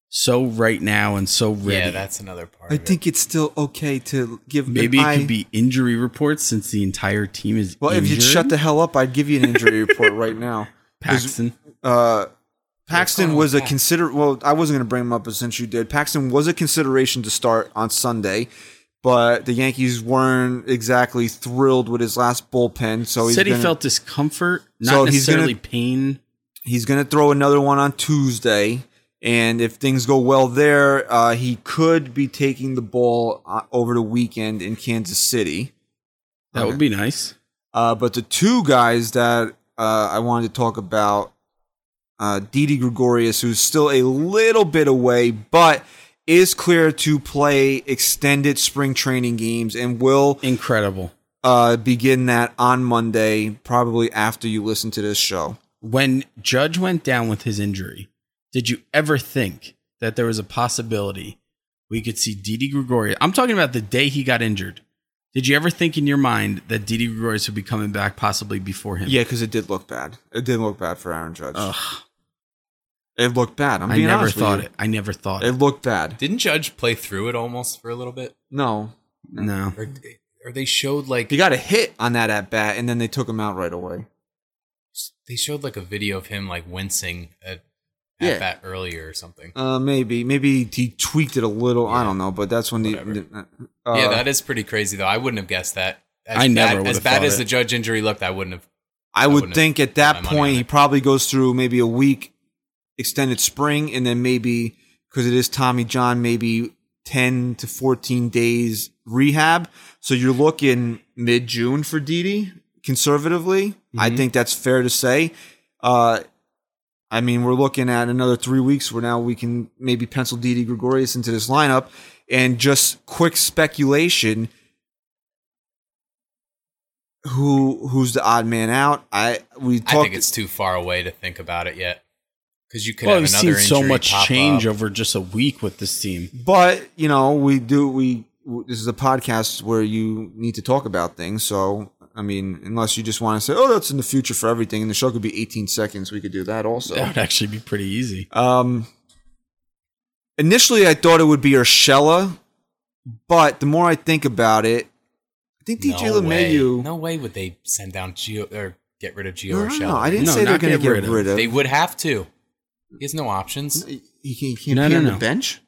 so right now and so ready.
Yeah, that's another part.
I
of it.
think it's still okay to give an
Maybe it
eye-
could be injury reports since the entire team is
Well, if you'd
injured.
shut the hell up, I'd give you an injury report right now. 'Cause,
Paxton.
Uh, Paxton
calling
oh,
was a
back.
consider. Well, I wasn't going to bring him up, but since you did, Paxton was a consideration to start on Sunday, but the Yankees weren't exactly thrilled with his last bullpen. So he's
said he
gonna,
felt discomfort, not
So he's gonna-
necessarily pain.
he's going to throw another one on Tuesday. And if things go well there, uh, he could be taking the ball uh, over the weekend in Kansas City.
That would be nice.
Uh, but the two guys that uh, I wanted to talk about, uh, Didi Gregorius, who's still a little bit away, but is clear to play extended spring training games and will
Incredible.
uh, begin that on Monday, probably after you listen to this show.
When Judge went down with his injury, did you ever think that there was a possibility we could see Didi Gregorius? I'm talking about the day he got injured. Did you ever think in your mind that Didi Gregorius would be coming back possibly before him?
Yeah, because it did look bad. It did look bad for Aaron Judge.
Ugh,
It looked bad. I'm
I
being
never
honest with
thought
you.
it. I never thought
It
it.
looked bad.
Didn't Judge play through it almost for a little bit?
No,
No.
Or, or they showed like
he got a hit on that at bat, and then they took him out right away.
they showed like a video of him like wincing at, at
Yeah.
that earlier or something.
Uh, maybe, maybe he tweaked it a little. I
Yeah.
don't know, but that's when the,
Whatever.
the- uh,
yeah, that is pretty crazy though. I wouldn't have guessed that. As
I never
bad,
would
as
have
bad
thought
as
it.
the Judge injury looked. I wouldn't have.
I
I
would
wouldn't
think at
have
that
put my money
point
on
he
it.
probably goes through maybe a week extended spring, and then maybe because it is Tommy John, maybe ten to fourteen days rehab. So you're looking mid June for Didi, conservatively. I
Mm-hmm.
think that's fair to say. Uh, I mean, we're looking at another three weeks where now we can maybe pencil Didi Gregorius into this lineup. And just quick speculation: who who's the odd man out? I we talked.
I think it's too far away to think about it yet. Because you could
Well,
have
we've
another
seen so
injury
much
pop
change
up.
over just a week with this team.
but you know, we do we. w- This is a podcast where you need to talk about things. So I mean, unless you just want to say, "Oh, that's in the future for everything," and the show could be 18 seconds, we could do that also.
That would actually be pretty easy.
Um, initially, I thought it would be Urshela, but the more I think about it, I think DJ
no
LeMayu.
Way. No way would they send down Geo or get rid of Gio
no,
or
no,
Shell.
no, I didn't
No,
say they're
not
going to
get
get
rid
rid
of.
of.
They would have to. He has no options.
He- He can't
No,
be
no,
on the
no.
bench.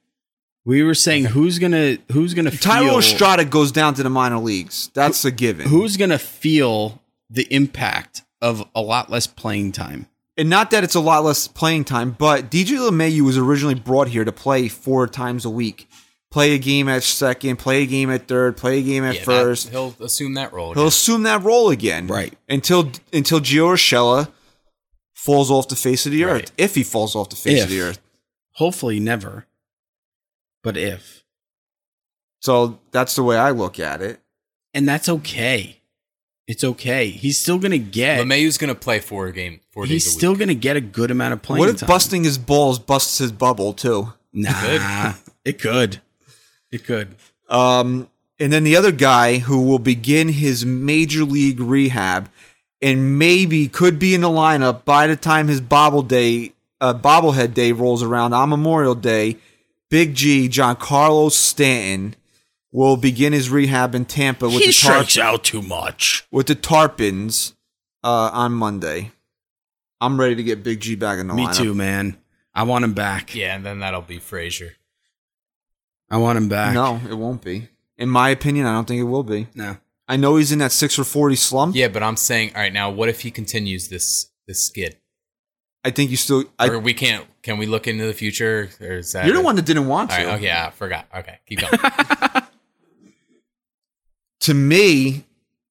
We were saying who's gonna who's gonna
Tyro
feel,
Estrada goes down to the minor leagues. That's a given.
who's gonna feel the impact of a lot less playing time.
and not that it's a lot less playing time, but DJ LeMayu was originally brought here to play four times a week. Play a game at second, play a game at third, play a game at
Yeah, that-
first.
he'll assume that role.
He'll
again.
assume that role again,
Right.
Until until Gio Urshela falls off the face of the
Right.
earth, if he falls off the face
If.
of the earth.
Hopefully never. But if.
So that's the way I look at it.
And that's okay. It's okay. He's still gonna get
LeMayu's going to play four game four
he's
days a
still
week.
gonna get a good amount of playing
what if
time.
busting his balls busts his bubble too?
nah, it could. It could.
Um, and then the other guy who will begin his major league rehab and maybe could be in the lineup by the time his bobble day, uh, bobblehead day rolls around on Memorial Day, Big G, John Carlos Stanton will begin his rehab in Tampa with,
he
the, tar-
strikes out too much.
with the Tarpons uh, on Monday. I'm ready to get Big G back in the
Me
lineup.
too, man. I want him back.
Yeah, and then that'll be Frazier.
I want him back.
No, it won't be. In my opinion, I don't think it will be.
No.
I know he's in that six or forty slump.
Yeah, but I'm saying, all right, now what if he continues this this skid?
I think you still. I,
or we can't? Can we look into the future? Or is that
You're the one that didn't want
All
to.
right. Okay, I forgot. Okay, keep going.
To me,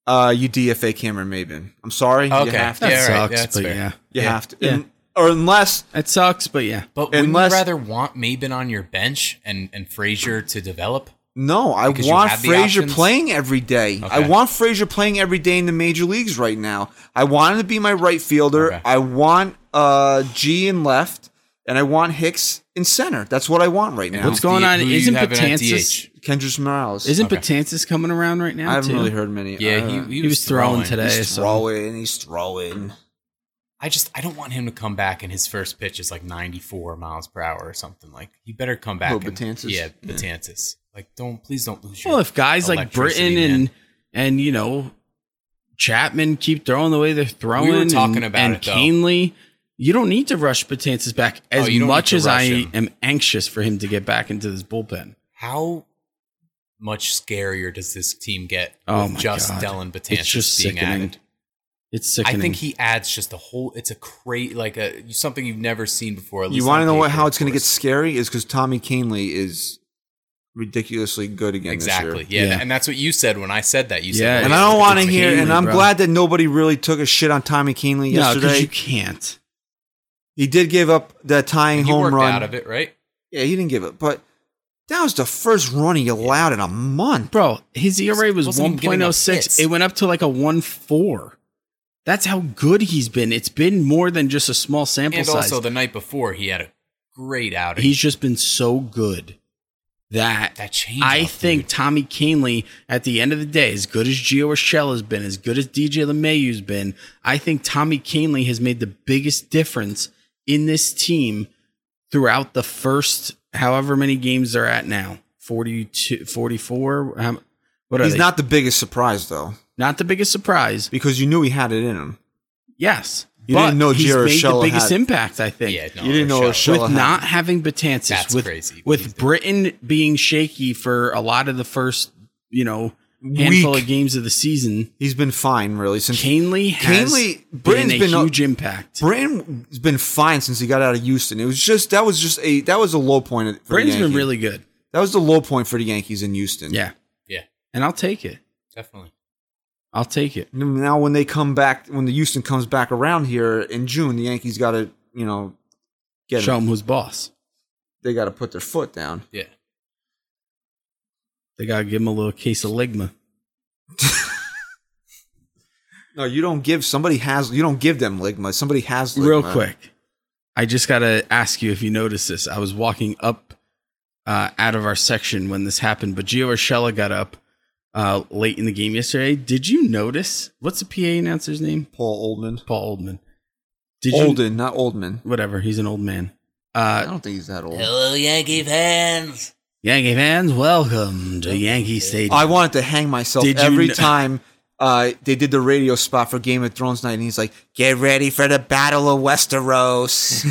uh, you DFA Cameron Maben. I'm sorry. You
Okay.
have to.
That
Yeah, right.
sucks,
That's
but
fair.
yeah.
You
Yeah.
have to.
Yeah.
And- or unless
It sucks, but yeah.
But wouldn't
Unless-
you rather want Maben on your bench and and Frazier to develop?
no, I
Because you
want
have the
Frazier
options?
playing every day. I
Okay.
want Frazier playing every day in the major leagues right now. I want him to be my right fielder.
Okay.
I want uh, G in left, and I want Hicks in center. That's what I want right now.
What's going
D-
on?
who you
Isn't
having at
Patanzas?
DH?
Kendrick Morales?
Isn't
Okay.
Patantis coming around right now?
I haven't
too?
really heard many.
Yeah,
uh,
he, he,
He was throwing today.
he's
so-
throwing. He's throwing.
I just I don't want him to come back and his first pitch is like 94 miles per hour or something. Like he better come back.
Oh,
and-
Betances?
Yeah,
Yeah.
Batantis. Like don't please don't lose your.
Well, if guys like Britain
electricity, man.
and and you know Chapman keep throwing the way they're throwing,
talking
and,
about
and
it, though.
Keenly, you don't need to rush Batances back as
Oh, you don't
much
need to
as I
rush him.
am anxious for him to get back into this bullpen.
how much scarier does this team get
Oh
with
my
just
God.
Dylan Batantis
It's just
being
sickening.
added?
It's sickening.
I think he adds just a whole. It's a crazy like a something you've never seen before. at
You
least
want to
on
know what,
paper,
how
of
it's going to get
course.
scary is because Tommy Canley is ridiculously good again. this year.
Exactly. Yeah,
Yeah.
and that's what you said when I said that. You said,
Yeah,
"Wait,
And I don't
it's
want to
Tommy
hear.
Canley."
and I'm
bro.
glad that nobody really took a shit on Tommy Canley
no, because
yesterday.
you can't.
he did give up the tying
He
home
worked
run.
out of it, right?
Yeah, he didn't give it, but that was the first run he allowed in a month.
Bro, his ERA was
Wasn't even giving up hits.
1.06. It went up to like a 1.4. That's how good he's been. It's been more than just a small sample
And
size.
also the night before, he had a great outing.
he's just been so good that,
that change.
I
up,
think
dude.
Tommy Canley, at the end of the day, as good as Gio Rochelle has been, as good as DJ LeMayu's been, I think Tommy Canley has made the biggest difference in this team throughout the first however many games they're at now 42, 44. Um, what are
He's
they?
not the biggest surprise though,
not the biggest surprise.
because you knew he had it in him.
Yes.
You didn't know
he's
Gio
made
Urshela
the biggest
had-
impact, I think.
yeah, no,
you didn't know
Rochelle.
Rochelle-
With
had-
not having Batances,
That's
with,
crazy. He's
with
the-
Britain being shaky for a lot of the first, you know, handful
Weak.
of games of the season,
He's been fine really since
Canley has
Canley-
been
Britton's
a
been a-
huge impact.
Brayton's been fine since he got out of Houston. It was just that was just a that was a low point. For
Britain's
the Yankees.
been really good.
that was the low point for the Yankees in Houston.
Yeah.
Yeah.
And I'll take it.
definitely.
I'll take it.
Now when they come back, when the Houston comes back around here in June, the Yankees got to you know get
Show
him.
him who's boss.
they got to put their foot down.
Yeah,
They got to give him a little case of Ligma.
No, you don't give somebody has you don't give them ligma. Somebody has ligma.
real quick i just gotta ask you if you noticed this i was walking up uh, out of our section when this happened but gio urshela got up uh, late in the game yesterday did you notice what's the pa announcer's name
Paul Oldman.
paul oldman did
Olden, not Oldman.
you whatever he's an old man
I
uh,
don't think he's that old.
Hello, Yankee fans.
yankee fans welcome to yankee stadium
I wanted to hang myself
Did you
every
kn-
time uh, they did the radio spot for Game of Thrones night, and he's like, "Get ready for the Battle of Westeros."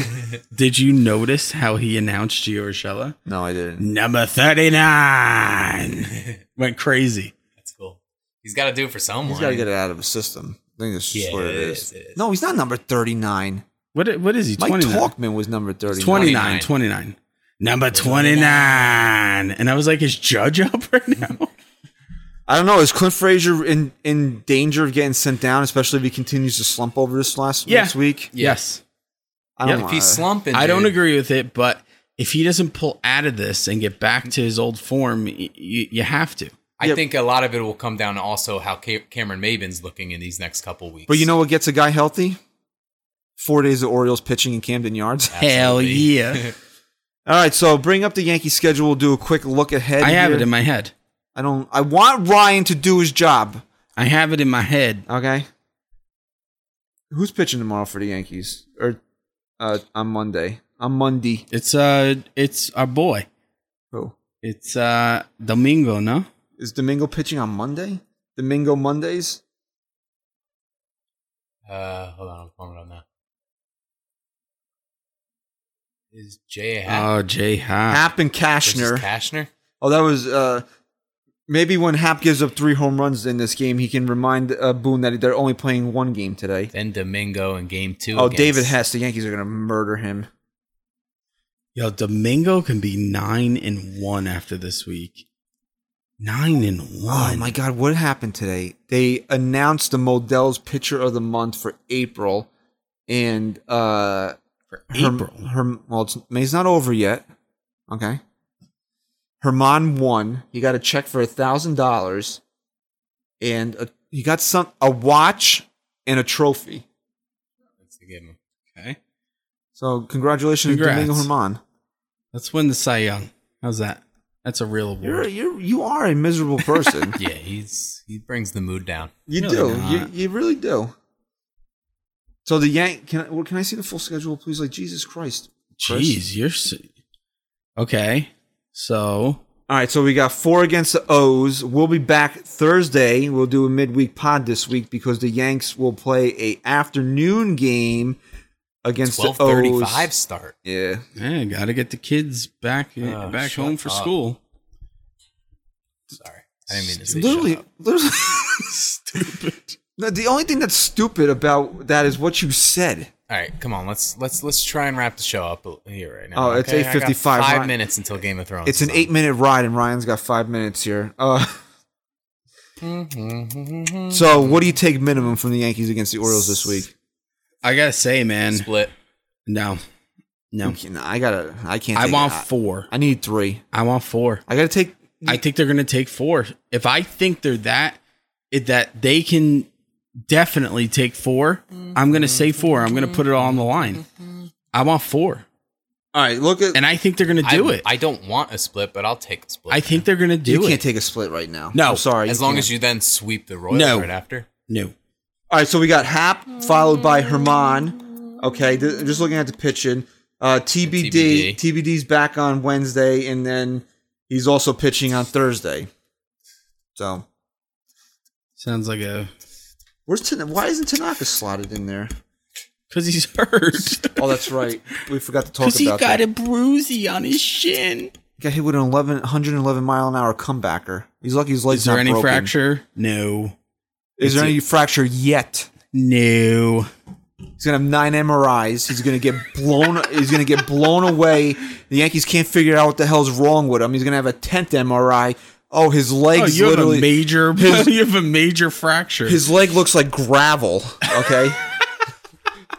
did you notice how he announced gio urshela
no, I didn't.
number 39 went crazy
that's cool. He's got to do it for someone.
He's got to get it out of his system. I think that's just
Yeah,
what it
it
is.
is, it is.
No, he's not number thirty-nine.
what, i- what is he
Mike
29?
Talkman was number thirty-nine.
29, 29. Number 29. And I was like, is Judge up right now?
I don't know. Is Clint Frazier in in danger of getting sent down, especially if he continues to slump over this last
Yeah.
next week?
yes.
I don't
Yeah,
know.
If he's slumping,
I don't
dude,
agree with it, but if he doesn't pull out of this and get back to his old form, y- y- you have to.
I
Yep.
think a lot of it will come down to also how Ca- Cameron Maben's looking in these next couple weeks.
But you know what gets a guy healthy? Four days of Orioles pitching in Camden Yards.
Hell
Absolutely.
yeah.
All right, so bring up the Yankee schedule. We'll do a quick look ahead.
I have
here.
it in my head.
I don't. I want Ryan to do his job.
I have it in my head.
Okay. Who's pitching tomorrow for the Yankees or uh, on Monday? On Monday.
It's uh it's our boy.
Who
It's uh Domingo, no?
is Domingo pitching on Monday? Domingo Mondays.
Uh, hold on, I'm pulling it up now. Is Jay a hat?
Uh,
Oh, Jay Ha.
Hap and
Uh, versus
Cashner.
Cashner?
Oh, that was uh, maybe when Hap gives up three home runs in this game, he can remind uh, Boone that they're only playing one game today.
Then Domingo in game two.
Oh,
against-
David Hess. The Yankees are going to murder him.
Yo, Domingo can be 9 and 1 after this week. 9 and 1.
Oh my God! What happened today? They announced the Modell's pitcher of the month for April, and uh, Herm-
April.
Herm- well, it's, May's not over yet. Okay. Herman won. He got a check for a thousand dollars, and a, he got some a watch and a trophy.
Let's give him-
Okay.
So congratulations,
Congrats.
Domingo Herman.
Let's win the Cy Young. How's that? That's a real
You're
award.
you you are a miserable person.
Yeah, he's he brings the mood down.
you
Really
do.
not.
You you really do. So the Yank can I, well, can I see the full schedule, please? Like Jesus Christ. Chris.
Jeez, you're s okay. So
All right, so we got four against the O's. We'll be back Thursday. We'll do a midweek pod this week because the Yanks will play a afternoon game against the
Twelve thirty-five
O's.
start.
Yeah.
yeah, gotta get the kids back eh,
Oh,
back
shut
home for
up.
school.
Sorry, I didn't mean to say.
Literally,
shut up.
literally stupid. The only thing that's stupid about that is what you said.
All right, come on. Let's let's let's try and wrap the show up here right now.
Oh, it's
okay? I got
8:55,
Five
Ryan.
minutes until Game of Thrones.
It's an eight minute ride, and Ryan's got five minutes here. Uh,
minutes.
so, what do you take minimum from the Yankees against the Orioles this week?
I gotta say, man,
Split.
no, no,
Okay, no, I gotta. I can't.
I
take-
want
I-
four.
I need three.
I want four.
I gotta take.
I think they're gonna take four. If I think they're that, it, that they can definitely take four, I'm gonna say four. I'm gonna put it all on the line.
Mm-hmm.
I want four,
All right, look at.
and I think they're gonna do
I,
it. I,
I don't want a split, but I'll take a split.
think they're gonna
you
do
can't
it.
take a split right now.
No,
I'm sorry.
as
you
long
can't.
as you then sweep the Royals
No.
right after.
no,
All right, so we got Hap followed by Herman. Okay, th- just looking at the pitching. Uh, TBD.
TBD.
TBD's back on Wednesday, and then he's also pitching on Thursday. So
sounds like a
where's Tan- why isn't Tanaka slotted in there?
because he's hurt.
Oh, that's right. We forgot to talk
Because
about
he got
that.
a bruisey on his shin.
Got hit with an 11, 111 mile an hour comebacker. He's lucky his leg's
Is there
not
any
broken.
fracture? No.
Is there
It's-
any fracture yet?
No.
He's gonna have nine MRIs. He's gonna get blown. he's gonna get blown away. The Yankees can't figure out what the hell's wrong with him. He's gonna have a tenth MRI. Oh, his
Oh,
legs
you have a
literally.
major.
his-
you have a major fracture.
his leg looks like gravel. Okay.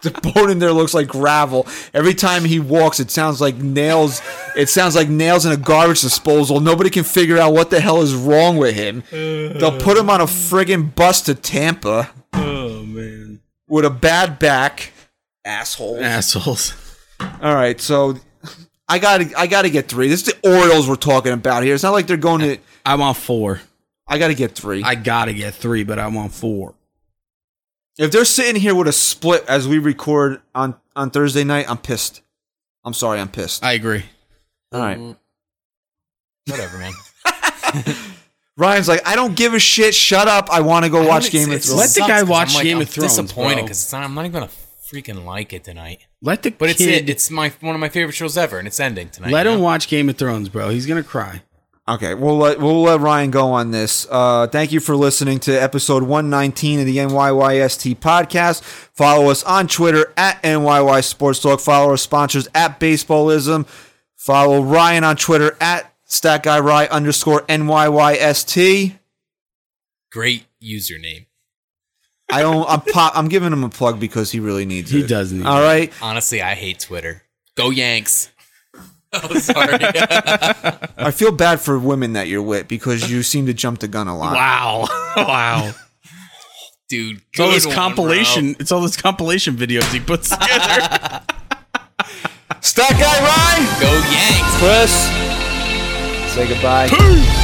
The bone in there looks like gravel. Every time he walks, it sounds like nails. It sounds like nails in a garbage disposal. Nobody can figure out what the hell is wrong with him. They'll put him on a friggin' bus to Tampa
oh man.
with a bad back. Asshole.
Assholes.
All right, so I got to I got to get three. This is the Orioles we're talking about here. It's not like they're going to.
I want four.
I got to get three.
I gotta get three, but I want four.
if they're sitting here with a split as we record on on Thursday night, I'm pissed. I'm sorry, I'm pissed.
I agree.
All right,
Whatever, man.
Ryan's like, I don't give a shit. Shut up. I want to go watch
It's-
Game of
it's-
Thrones.
Let the
sucks
guy
'cause
watch
I'm like,
Game
I'm
of Thrones,
Disappointed
bro.
because it's not. I'm not even gonna freaking like it tonight.
Let the
But it's
kid.
it. It's my one of my favorite shows ever, and it's ending tonight.
let
you
him
know?
watch Game of Thrones, bro. He's gonna cry.
Okay, we'll let we'll let Ryan go on this. Uh, thank you for listening to episode 119 of the NYYST podcast. Follow us on Twitter at NYY Sports Talk. Follow our sponsors at Baseballism. Follow Ryan on Twitter at StatGuyRye underscore NYYST.
Great username.
I don't. I'm pop, I'm giving him a plug because he really needs it.
He does need
All
it.
right.
Honestly, I hate Twitter. Go Yanks. Oh, sorry.
I feel bad for women that you're with because you seem to jump the gun a lot.
Wow. wow.
Dude,
It's all
good
those
one,
compilation. It's all those compilation videos he puts together.
Stat Guy Ryan,
bro. Go Yanks.
Chris, say goodbye.
Boom.